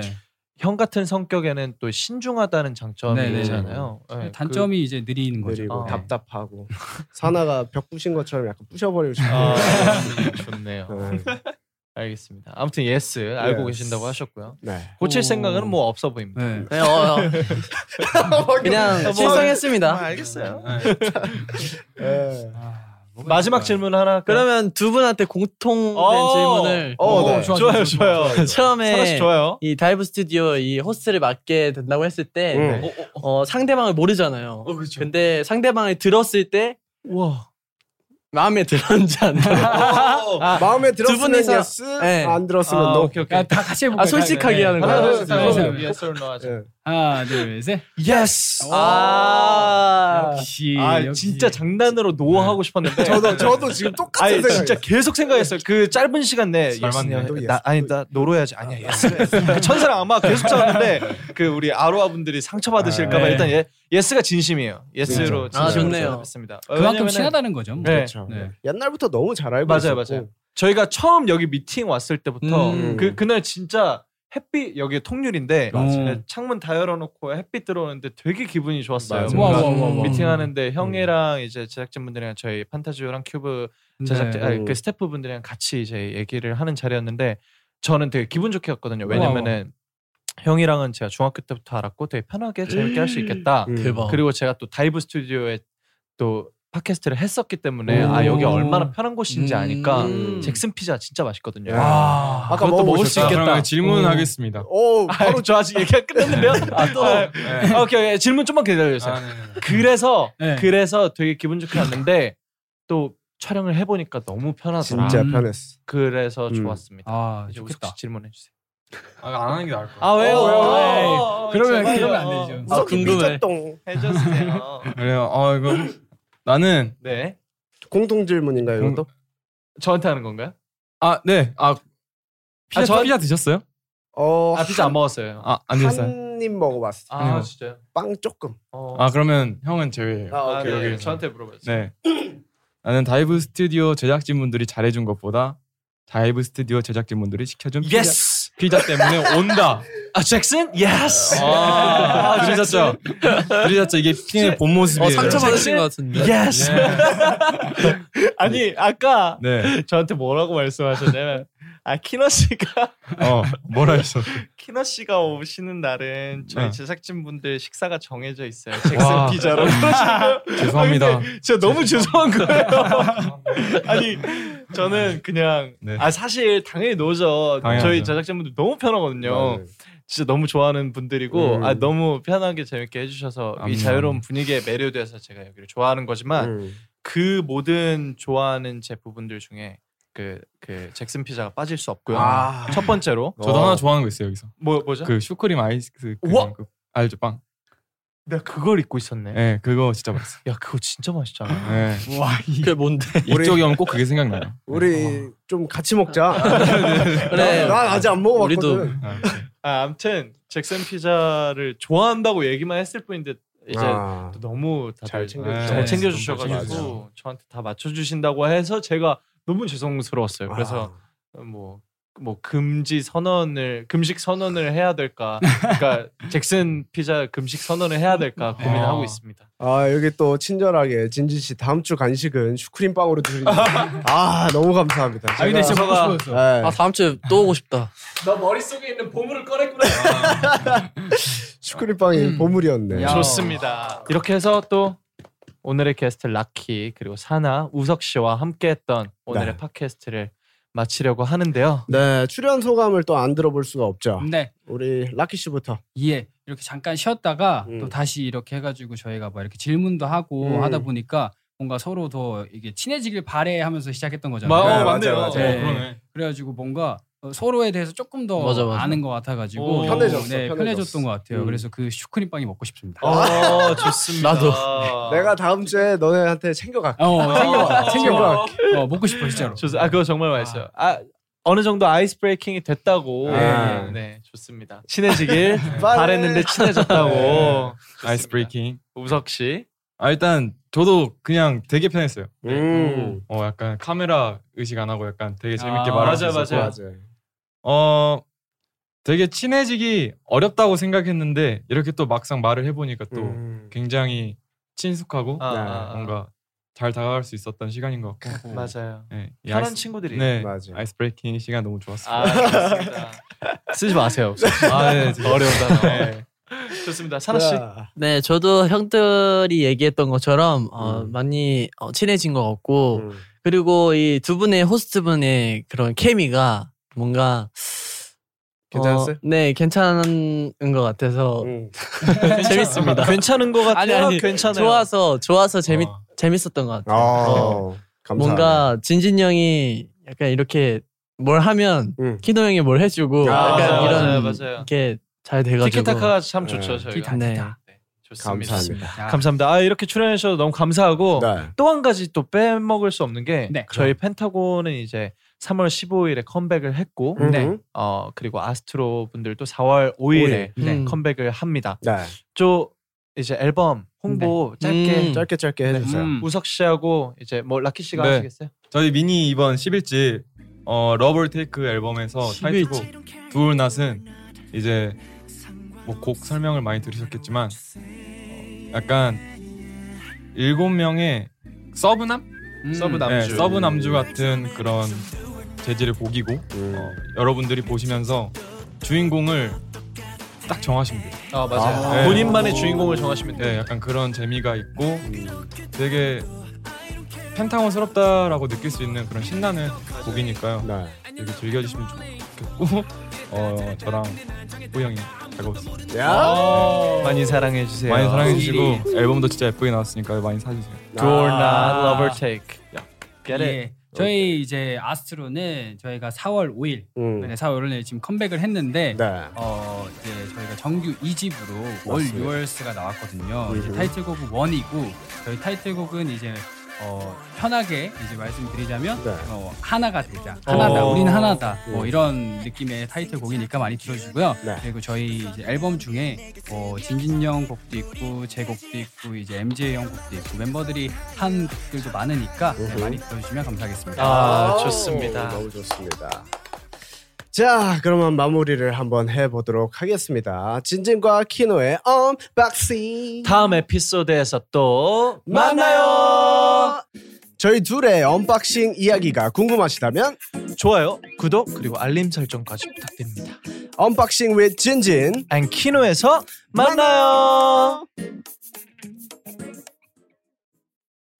[SPEAKER 4] 형 같은 성격에는 또 신중하다는 장점이
[SPEAKER 6] 네네네.
[SPEAKER 4] 있잖아요. 네,
[SPEAKER 6] 단점이 이제 느린 거죠.
[SPEAKER 3] 그리고
[SPEAKER 4] 아.
[SPEAKER 3] 답답하고 사나가 벽 부신 것처럼 약간 부셔버리고
[SPEAKER 4] 그...
[SPEAKER 3] 싶어요. (laughs)
[SPEAKER 4] 아, 좋네요.
[SPEAKER 3] 네.
[SPEAKER 4] 알겠습니다. 아무튼 예스 알고
[SPEAKER 3] Yes.
[SPEAKER 4] 계신다고 하셨고요. (laughs)
[SPEAKER 3] 네.
[SPEAKER 4] 고칠
[SPEAKER 6] 오.
[SPEAKER 4] 생각은 뭐 없어 보입니다.
[SPEAKER 6] 네.
[SPEAKER 5] 네, 어, 어.
[SPEAKER 4] (laughs) 뭐,
[SPEAKER 5] 그냥 실성했습니다
[SPEAKER 4] 알겠어요.
[SPEAKER 3] 네.
[SPEAKER 6] 아,
[SPEAKER 4] 네. 마지막 질문 하나. 그러면
[SPEAKER 5] 그러면 두 분한테 공통된
[SPEAKER 4] 어.
[SPEAKER 5] 질문을
[SPEAKER 4] 어,
[SPEAKER 3] 네.
[SPEAKER 6] 좋아,
[SPEAKER 4] 좋아요, 좋아요. 사라씨
[SPEAKER 5] 처음에
[SPEAKER 4] 좋아요.
[SPEAKER 5] 이 다이브 스튜디오 이 호스트를 맡게 된다고 했을 때
[SPEAKER 4] 음.
[SPEAKER 3] 응.
[SPEAKER 4] 네.
[SPEAKER 5] 어, 어, 어, 상대방을 모르잖아요.
[SPEAKER 4] 어, 그렇죠.
[SPEAKER 5] 근데 상대방을 들었을 때 우와 마음에 들었는지
[SPEAKER 4] (laughs)
[SPEAKER 5] 안
[SPEAKER 3] 어,
[SPEAKER 4] 아,
[SPEAKER 5] 들었는지
[SPEAKER 3] 마음에 들었으면
[SPEAKER 5] 분이서-
[SPEAKER 3] yes,
[SPEAKER 5] 네.
[SPEAKER 3] 안 들었으면
[SPEAKER 4] 아,
[SPEAKER 3] no.
[SPEAKER 4] 오케이, 오케이.
[SPEAKER 6] 야, 다
[SPEAKER 7] (laughs)
[SPEAKER 6] 같이 해볼까?
[SPEAKER 5] 아, 솔직하게 하는
[SPEAKER 4] 하나,
[SPEAKER 5] 거야.
[SPEAKER 4] 둘, 셋,
[SPEAKER 6] 네.
[SPEAKER 7] 아,
[SPEAKER 4] 넷. Yes or no 하자.
[SPEAKER 3] 예.
[SPEAKER 6] 하나, 둘, 셋.
[SPEAKER 4] Yes.
[SPEAKER 5] 아,
[SPEAKER 6] 역시.
[SPEAKER 4] 아,
[SPEAKER 6] 역시.
[SPEAKER 4] 진짜 장난으로 노 하고 싶었는데.
[SPEAKER 3] 저도 저도 지금 똑같은
[SPEAKER 4] 아니
[SPEAKER 3] 생각이에요.
[SPEAKER 4] 진짜 계속 생각했어요. 그 짧은 시간 내에
[SPEAKER 7] 맞네요.
[SPEAKER 4] 예스냐,
[SPEAKER 3] 또 예스,
[SPEAKER 4] 나,
[SPEAKER 3] 또
[SPEAKER 4] 아니 나 노로야지 아니야 (laughs) 예스. 천사랑 아마 계속 찾았는데 그 우리 아로아 분들이 상처 받으실까봐
[SPEAKER 6] 네.
[SPEAKER 4] 일단 예, 예스가 진심이에요. 예스로
[SPEAKER 5] 아, 좋네요.
[SPEAKER 4] 했습니다. 어,
[SPEAKER 6] 그만큼 친하다는 거죠. 뭐.
[SPEAKER 4] 네.
[SPEAKER 6] 네.
[SPEAKER 3] (laughs) 옛날부터 너무 잘 알고
[SPEAKER 4] 맞아요,
[SPEAKER 3] 있었고.
[SPEAKER 4] 맞아요. 저희가 처음 여기 미팅 왔을 때부터
[SPEAKER 5] 음.
[SPEAKER 4] 그 그날 진짜 햇빛 여기 통률인데 네,
[SPEAKER 6] 맞아요.
[SPEAKER 4] 창문 다 열어놓고 햇빛 들어오는데 되게 기분이 좋았어요.
[SPEAKER 3] 맞아요.
[SPEAKER 6] 와, 와,
[SPEAKER 4] 뭔가
[SPEAKER 6] 와, 와.
[SPEAKER 5] 음.
[SPEAKER 4] 미팅하는데 형이랑 이제 제작진분들이랑 저희 판타지오랑 큐브 제작자
[SPEAKER 3] 네.
[SPEAKER 4] 아니, 그 스태프분들이랑 같이 이제 얘기를 하는 자리였는데 저는 되게 기분 좋게 갔거든요.
[SPEAKER 6] 우와, 우와.
[SPEAKER 4] 왜냐면은 형이랑은 제가 중학교 때부터 알았고 되게 편하게 재밌게 할 수 있겠다.
[SPEAKER 3] 음.
[SPEAKER 5] 대박.
[SPEAKER 4] 그리고 제가 또 다이브 스튜디오에 또 팟캐스트를 했었기 때문에 아
[SPEAKER 5] 오.
[SPEAKER 4] 여기 얼마나 편한 곳인지
[SPEAKER 5] 음.
[SPEAKER 4] 아니까
[SPEAKER 5] 음.
[SPEAKER 4] 잭슨 피자 진짜 맛있거든요.
[SPEAKER 6] 아,
[SPEAKER 3] 아까
[SPEAKER 4] 뭐 그것도 먹을
[SPEAKER 3] 먹어보셨죠?
[SPEAKER 4] 수 있겠다.
[SPEAKER 7] 그러면
[SPEAKER 6] 음.
[SPEAKER 7] 질문하겠습니다.
[SPEAKER 3] 오,
[SPEAKER 4] 바로 저 아직 얘기가 끝났는데요. 아 또.
[SPEAKER 3] 네.
[SPEAKER 4] 아, 오케이, 오케이 질문 좀만 기다려주세요.
[SPEAKER 7] 아, 네, 네, 네.
[SPEAKER 4] 그래서
[SPEAKER 6] 네.
[SPEAKER 4] 그래서 되게 기분 좋게 왔는데 또 촬영을 해보니까 너무 편하더라.
[SPEAKER 3] 진짜
[SPEAKER 6] 음.
[SPEAKER 3] 편했어.
[SPEAKER 4] 그래서
[SPEAKER 3] 음.
[SPEAKER 4] 좋았습니다.
[SPEAKER 6] 아,
[SPEAKER 4] 이제
[SPEAKER 6] 좋겠다.
[SPEAKER 4] 혹시 질문해 주세요.
[SPEAKER 7] 아, 안 하는 게 나을 것 같아요.
[SPEAKER 4] 아 왜요?
[SPEAKER 6] 왜요? 왜요?
[SPEAKER 4] 어,
[SPEAKER 6] 그러면-
[SPEAKER 4] 제발요.
[SPEAKER 6] 그러면 안
[SPEAKER 4] (laughs)
[SPEAKER 6] 되죠.
[SPEAKER 5] 아, 궁금해.
[SPEAKER 3] 삐졌동.
[SPEAKER 4] 해주세요.
[SPEAKER 7] 그래요. 어, 이거 나는
[SPEAKER 4] (laughs) 네.
[SPEAKER 3] 공통 질문인가요, 이것도?
[SPEAKER 4] 저한테 하는 건가요?
[SPEAKER 7] 아, 네. 아, 피자,
[SPEAKER 4] 저-
[SPEAKER 7] 피자 드셨어요?
[SPEAKER 3] 어,
[SPEAKER 4] 아 피자 안 먹었어요.
[SPEAKER 7] 아, 안 드셨어요.
[SPEAKER 3] 한 입 먹어봤어.
[SPEAKER 4] 아
[SPEAKER 7] 아니요.
[SPEAKER 4] 진짜요?
[SPEAKER 3] 빵 조금.
[SPEAKER 4] 어.
[SPEAKER 7] 아, 그러면 형은 제외예요.
[SPEAKER 4] 아,
[SPEAKER 3] 오케이,
[SPEAKER 4] 네,
[SPEAKER 3] 오케이.
[SPEAKER 4] 네. 저한테 물어봤어요.
[SPEAKER 7] 네. 나는 다이브 스튜디오 제작진분들이 잘해준 것보다 다이브 스튜디오 제작진분들이 시켜준 피자,
[SPEAKER 4] 예스.
[SPEAKER 7] 피자 때문에 온다.
[SPEAKER 4] 아 잭슨 예스.
[SPEAKER 7] 아, 들으셨죠? 들으셨죠? 이게 피디의 본 모습이에요.
[SPEAKER 5] 어, 상처 받으신
[SPEAKER 4] 네.
[SPEAKER 5] 것 같은데.
[SPEAKER 4] 예스. 아니 아까
[SPEAKER 7] 네.
[SPEAKER 4] 저한테 뭐라고 말씀하셨냐면 아 키너 씨가 (laughs)
[SPEAKER 7] 어, 뭐라 했어?
[SPEAKER 4] 키너 씨가 오시는 날은 저희
[SPEAKER 7] 네.
[SPEAKER 4] 제작진 분들 식사가 정해져 있어요. 잭슨
[SPEAKER 7] 와.
[SPEAKER 4] 피자로 그러시고요.
[SPEAKER 7] (laughs) 죄송합니다.
[SPEAKER 4] 진짜 너무 죄송한 거예요. 아니 저는 그냥
[SPEAKER 7] 네.
[SPEAKER 4] 아 사실 당연히 노죠.
[SPEAKER 7] 당연하죠.
[SPEAKER 4] 저희 제작진분들 너무 편하거든요.
[SPEAKER 3] 맞아요.
[SPEAKER 4] 진짜 너무 좋아하는 분들이고
[SPEAKER 3] 네, 음.
[SPEAKER 4] 아 너무 편하게 재밌게 해주셔서
[SPEAKER 7] 음.
[SPEAKER 4] 이 자유로운 분위기에 매료돼서 제가 여기를 좋아하는 거지만
[SPEAKER 3] 음.
[SPEAKER 4] 그 모든 좋아하는 제 부분들 중에 그 그 잭슨 피자가 빠질 수 없고요.
[SPEAKER 3] 아.
[SPEAKER 4] 첫 번째로
[SPEAKER 7] 저도 하나 좋아하는 거 있어요, 여기서.
[SPEAKER 4] 뭐 뭐죠?
[SPEAKER 7] 어. 그 슈크림 아이스 그
[SPEAKER 4] 우와!
[SPEAKER 7] 그 알죠, 빵.
[SPEAKER 4] 내가 그걸 잊고 있었네.
[SPEAKER 7] 네, 그거 진짜 맛있어요.
[SPEAKER 4] 야 그거 진짜 맛있잖아.
[SPEAKER 7] 네.
[SPEAKER 5] 그게 뭔데?
[SPEAKER 7] 이쪽이 오면 꼭 그게 생각나요. 예.
[SPEAKER 3] 우리 좀 같이 먹자.
[SPEAKER 5] 그래.
[SPEAKER 3] 난 아직 안 먹어봤거든.
[SPEAKER 5] 우리도
[SPEAKER 7] 아,
[SPEAKER 4] 아 아무튼 잭슨 피자를 좋아한다고 얘기만 했을 뿐인데 이제
[SPEAKER 3] 아.
[SPEAKER 4] 또 너무 다들
[SPEAKER 3] 잘 챙겨주셔.
[SPEAKER 4] 잘
[SPEAKER 7] 네,
[SPEAKER 4] 챙겨주셔가지고 저한테 다 맞춰주신다고 해서 제가 너무 죄송스러웠어요. 그래서
[SPEAKER 3] 아.
[SPEAKER 4] 뭐. 뭐 금지 선언을 금식 선언을 해야 될까? 그러니까 잭슨 피자 금식 선언을 해야 될까 고민하고
[SPEAKER 7] 아.
[SPEAKER 4] 있습니다.
[SPEAKER 3] 아 여기 또 친절하게 진진 씨 다음 주 간식은 슈크림 빵으로 드립니다. 아 너무 감사합니다.
[SPEAKER 6] 아, 근데 진짜
[SPEAKER 4] 제가-
[SPEAKER 6] 먹고 싶었어.
[SPEAKER 3] 네.
[SPEAKER 5] 아 다음 주에 또 오고 싶다.
[SPEAKER 3] 슈크림 빵이 보물이었네.
[SPEAKER 6] 야.
[SPEAKER 4] 좋습니다. 이렇게 해서 또 오늘의 게스트 라키 그리고 사나 우석 씨와 함께했던 오늘의
[SPEAKER 3] 네.
[SPEAKER 4] 팟캐스트를 마치려고 하는데요.
[SPEAKER 3] 네 출연 소감을 또 안 들어볼 수가 없죠.
[SPEAKER 6] 근데
[SPEAKER 3] 우리 라키 씨부터.
[SPEAKER 6] 예 이렇게 잠깐 쉬었다가
[SPEAKER 3] 음.
[SPEAKER 6] 또 다시 이렇게 해가지고 저희가 뭐 이렇게 질문도 하고
[SPEAKER 3] 음.
[SPEAKER 6] 하다 보니까 뭔가 서로 더 이게 친해지길 바래하면서 시작했던
[SPEAKER 7] 마-
[SPEAKER 6] 거잖아요.
[SPEAKER 7] 어,
[SPEAKER 3] 네,
[SPEAKER 7] 맞네요.
[SPEAKER 3] 맞아요, 맞아요.
[SPEAKER 7] 어, 그러네.
[SPEAKER 6] 그래가지고 뭔가 어, 서로에 대해서 조금 더
[SPEAKER 5] 맞아, 맞아.
[SPEAKER 6] 아는 것 같아가지고
[SPEAKER 7] 오,
[SPEAKER 3] 편해졌어,
[SPEAKER 6] 네,
[SPEAKER 3] 편해졌어.
[SPEAKER 6] 편해졌던 것 같아요.
[SPEAKER 3] 음.
[SPEAKER 6] 그래서 그 슈크림 빵이 먹고 싶습니다. 어,
[SPEAKER 4] 어, 좋습니다.
[SPEAKER 3] (laughs)
[SPEAKER 5] 나도.
[SPEAKER 3] 아, 내가 다음 주에 너네한테 챙겨갈게.
[SPEAKER 4] (laughs)
[SPEAKER 6] 아, 챙겨와, 챙겨와.
[SPEAKER 3] 아, 챙겨갈게.
[SPEAKER 6] 어, 먹고 싶어 진짜로.
[SPEAKER 4] 좋습- 아 그거 정말 맛있어요. 아 어느 정도 아이스 브레이킹이 됐다고.
[SPEAKER 3] 아.
[SPEAKER 4] 네, 좋습니다. (laughs) 네. 친해지길 바랬는데 친해졌다고. 좋습니다.
[SPEAKER 7] 아이스 브레이킹.
[SPEAKER 4] 우석 씨.
[SPEAKER 7] 아, 일단 저도 그냥 되게 편했어요.
[SPEAKER 3] 음.
[SPEAKER 7] 어, 약간 카메라 의식 안 하고 약간 되게 재밌게
[SPEAKER 6] 아,
[SPEAKER 7] 말할 수
[SPEAKER 4] 맞아요,
[SPEAKER 7] 있었고.
[SPEAKER 4] 맞아요.
[SPEAKER 3] 맞아요.
[SPEAKER 7] 어 되게 친해지기 어렵다고 생각했는데 이렇게 또 막상 말을 해보니까 또
[SPEAKER 3] 음.
[SPEAKER 7] 굉장히 친숙하고
[SPEAKER 4] 아, 아, 아.
[SPEAKER 7] 뭔가 잘 다가갈 수 있었던 시간인 것 같고
[SPEAKER 4] (laughs) 맞아요.
[SPEAKER 7] 네, 이
[SPEAKER 4] 편한
[SPEAKER 7] 아이스,
[SPEAKER 4] 친구들이.
[SPEAKER 7] 네
[SPEAKER 3] 맞아.
[SPEAKER 7] 아이스 브레이킹 시간 너무 좋았습니다
[SPEAKER 4] 아, 좋습니다. 쓰지 마세요.
[SPEAKER 7] 아, 네, 진짜.
[SPEAKER 4] 어려운 단어. 좋습니다. 사나 씨.
[SPEAKER 5] 네, 저도 형들이 얘기했던 것처럼 어, 많이 어, 친해진 것 같고
[SPEAKER 3] 음.
[SPEAKER 5] 그리고 이 두 분의 호스트 분의 그런 케미가 뭔가
[SPEAKER 3] 괜찮았어요?
[SPEAKER 5] 어, 네, 괜찮은 것 같아서
[SPEAKER 3] 음.
[SPEAKER 5] (laughs) 재밌습니다.
[SPEAKER 4] 괜찮은 것
[SPEAKER 5] 아니,
[SPEAKER 4] 같아요.
[SPEAKER 5] 아니,
[SPEAKER 4] 괜찮아요.
[SPEAKER 5] 좋아서 좋아서 재밌
[SPEAKER 4] 어.
[SPEAKER 5] 재밌었던 것 같아요.
[SPEAKER 3] 아, 감사합니다.
[SPEAKER 5] 뭔가 진진 형이 약간 이렇게 뭘 하면
[SPEAKER 3] 음.
[SPEAKER 5] 키노 형이 뭘 해주고
[SPEAKER 3] 아,
[SPEAKER 5] 약간
[SPEAKER 4] 맞아요,
[SPEAKER 5] 이런
[SPEAKER 4] 맞아요, 맞아요.
[SPEAKER 5] 이렇게 잘 돼가지고
[SPEAKER 4] 티켓타카가 참
[SPEAKER 3] 네.
[SPEAKER 4] 좋죠. 저희가.
[SPEAKER 5] 네.
[SPEAKER 4] 네, 좋습니다.
[SPEAKER 3] 감사합니다.
[SPEAKER 4] 감사합니다. 아, 이렇게 출연해 주셔서 너무 감사하고
[SPEAKER 3] 네.
[SPEAKER 4] 또 한 가지 또 빼먹을 수 없는 게
[SPEAKER 6] 네.
[SPEAKER 4] 저희 펜타곤은 이제 3월 15일에 컴백을 했고
[SPEAKER 3] 음.
[SPEAKER 6] 네.
[SPEAKER 4] 어 그리고 아스트로 분들도 4월 5일에
[SPEAKER 5] 오일. 네.
[SPEAKER 4] 컴백을 합니다.
[SPEAKER 3] 네.
[SPEAKER 4] 또 이제 앨범 홍보 짧게
[SPEAKER 5] 음.
[SPEAKER 3] 짧게 짧게 해주세요.
[SPEAKER 6] 음.
[SPEAKER 4] 우석 씨하고 이제 뭐 라키 씨가
[SPEAKER 7] 네.
[SPEAKER 4] 하시겠어요?
[SPEAKER 7] 저희 미니 이번 11집 어 러블 테이크 앨범에서 타이틀곡 두울 낫은 이제 뭐 곡 설명을 많이 들으셨겠지만 어, 약간 일곱 명의 서브남
[SPEAKER 6] 음.
[SPEAKER 4] 서브
[SPEAKER 7] 네,
[SPEAKER 4] 남주.
[SPEAKER 7] 서브 남주 같은 그런 재질의 곡이고
[SPEAKER 3] 음.
[SPEAKER 7] 어, 여러분들이 보시면서 주인공을 딱 정하시면 돼요.
[SPEAKER 4] 아 맞아요.
[SPEAKER 7] 아, 네.
[SPEAKER 4] 본인만의 주인공을 정하시면 돼요.
[SPEAKER 7] 네, 약간 그런 재미가 있고 되게 펜타곤스럽다라고 느낄 수 있는 그런 신나는 곡이니까요.
[SPEAKER 3] 네.
[SPEAKER 7] 되게 즐겨주시면 좋겠고 (laughs) 어 저랑 호 형이 작업
[SPEAKER 3] 야.
[SPEAKER 4] 많이 사랑해 주세요.
[SPEAKER 7] 많이 사랑해주시고 앨범도 진짜 예쁘게 나왔으니까 많이 사주세요.
[SPEAKER 4] Do or not,
[SPEAKER 6] 아.
[SPEAKER 4] love or take. Get it?
[SPEAKER 6] 예. 저희 이제 아스트로는 저희가 4월 5일,
[SPEAKER 3] 음.
[SPEAKER 6] 네, 4월 5일에 지금 컴백을 했는데
[SPEAKER 3] 네.
[SPEAKER 6] 어 이제 저희가 정규 2집으로 월
[SPEAKER 3] 맞습니다.
[SPEAKER 6] 6월스가 나왔거든요. 이제
[SPEAKER 3] 음흠.
[SPEAKER 6] 타이틀곡은 원이고 저희 타이틀곡은 이제 어 편하게 이제 말씀드리자면
[SPEAKER 3] 네.
[SPEAKER 6] 어, 하나가 되자 하나다
[SPEAKER 4] 어.
[SPEAKER 6] 우리는 하나다 뭐
[SPEAKER 3] 음.
[SPEAKER 6] 이런 느낌의 타이틀곡이니까 많이 들어주고요.
[SPEAKER 3] 네.
[SPEAKER 6] 그리고 저희 이제 앨범 중에 어, 진진영 곡도 있고 제 곡도 있고 이제 MJ 형 곡도 있고 멤버들이 한 곡들도 많으니까 네,
[SPEAKER 3] 음흠.
[SPEAKER 6] 많이 들어주시면 감사하겠습니다.
[SPEAKER 4] 아
[SPEAKER 3] 아우,
[SPEAKER 4] Ah, 좋습니다.
[SPEAKER 3] 너무 좋습니다. 자, 그러면 마무리를 한번 해보도록 하겠습니다. 진진과 키노의 언박싱.
[SPEAKER 4] 다음 에피소드에서 또
[SPEAKER 3] 만나요. 저희 둘의 언박싱 이야기가 궁금하시다면
[SPEAKER 4] 좋아요, 구독 그리고 알림 설정까지 부탁드립니다.
[SPEAKER 3] 언박싱 with 진진.
[SPEAKER 4] 안키노에서 만나요.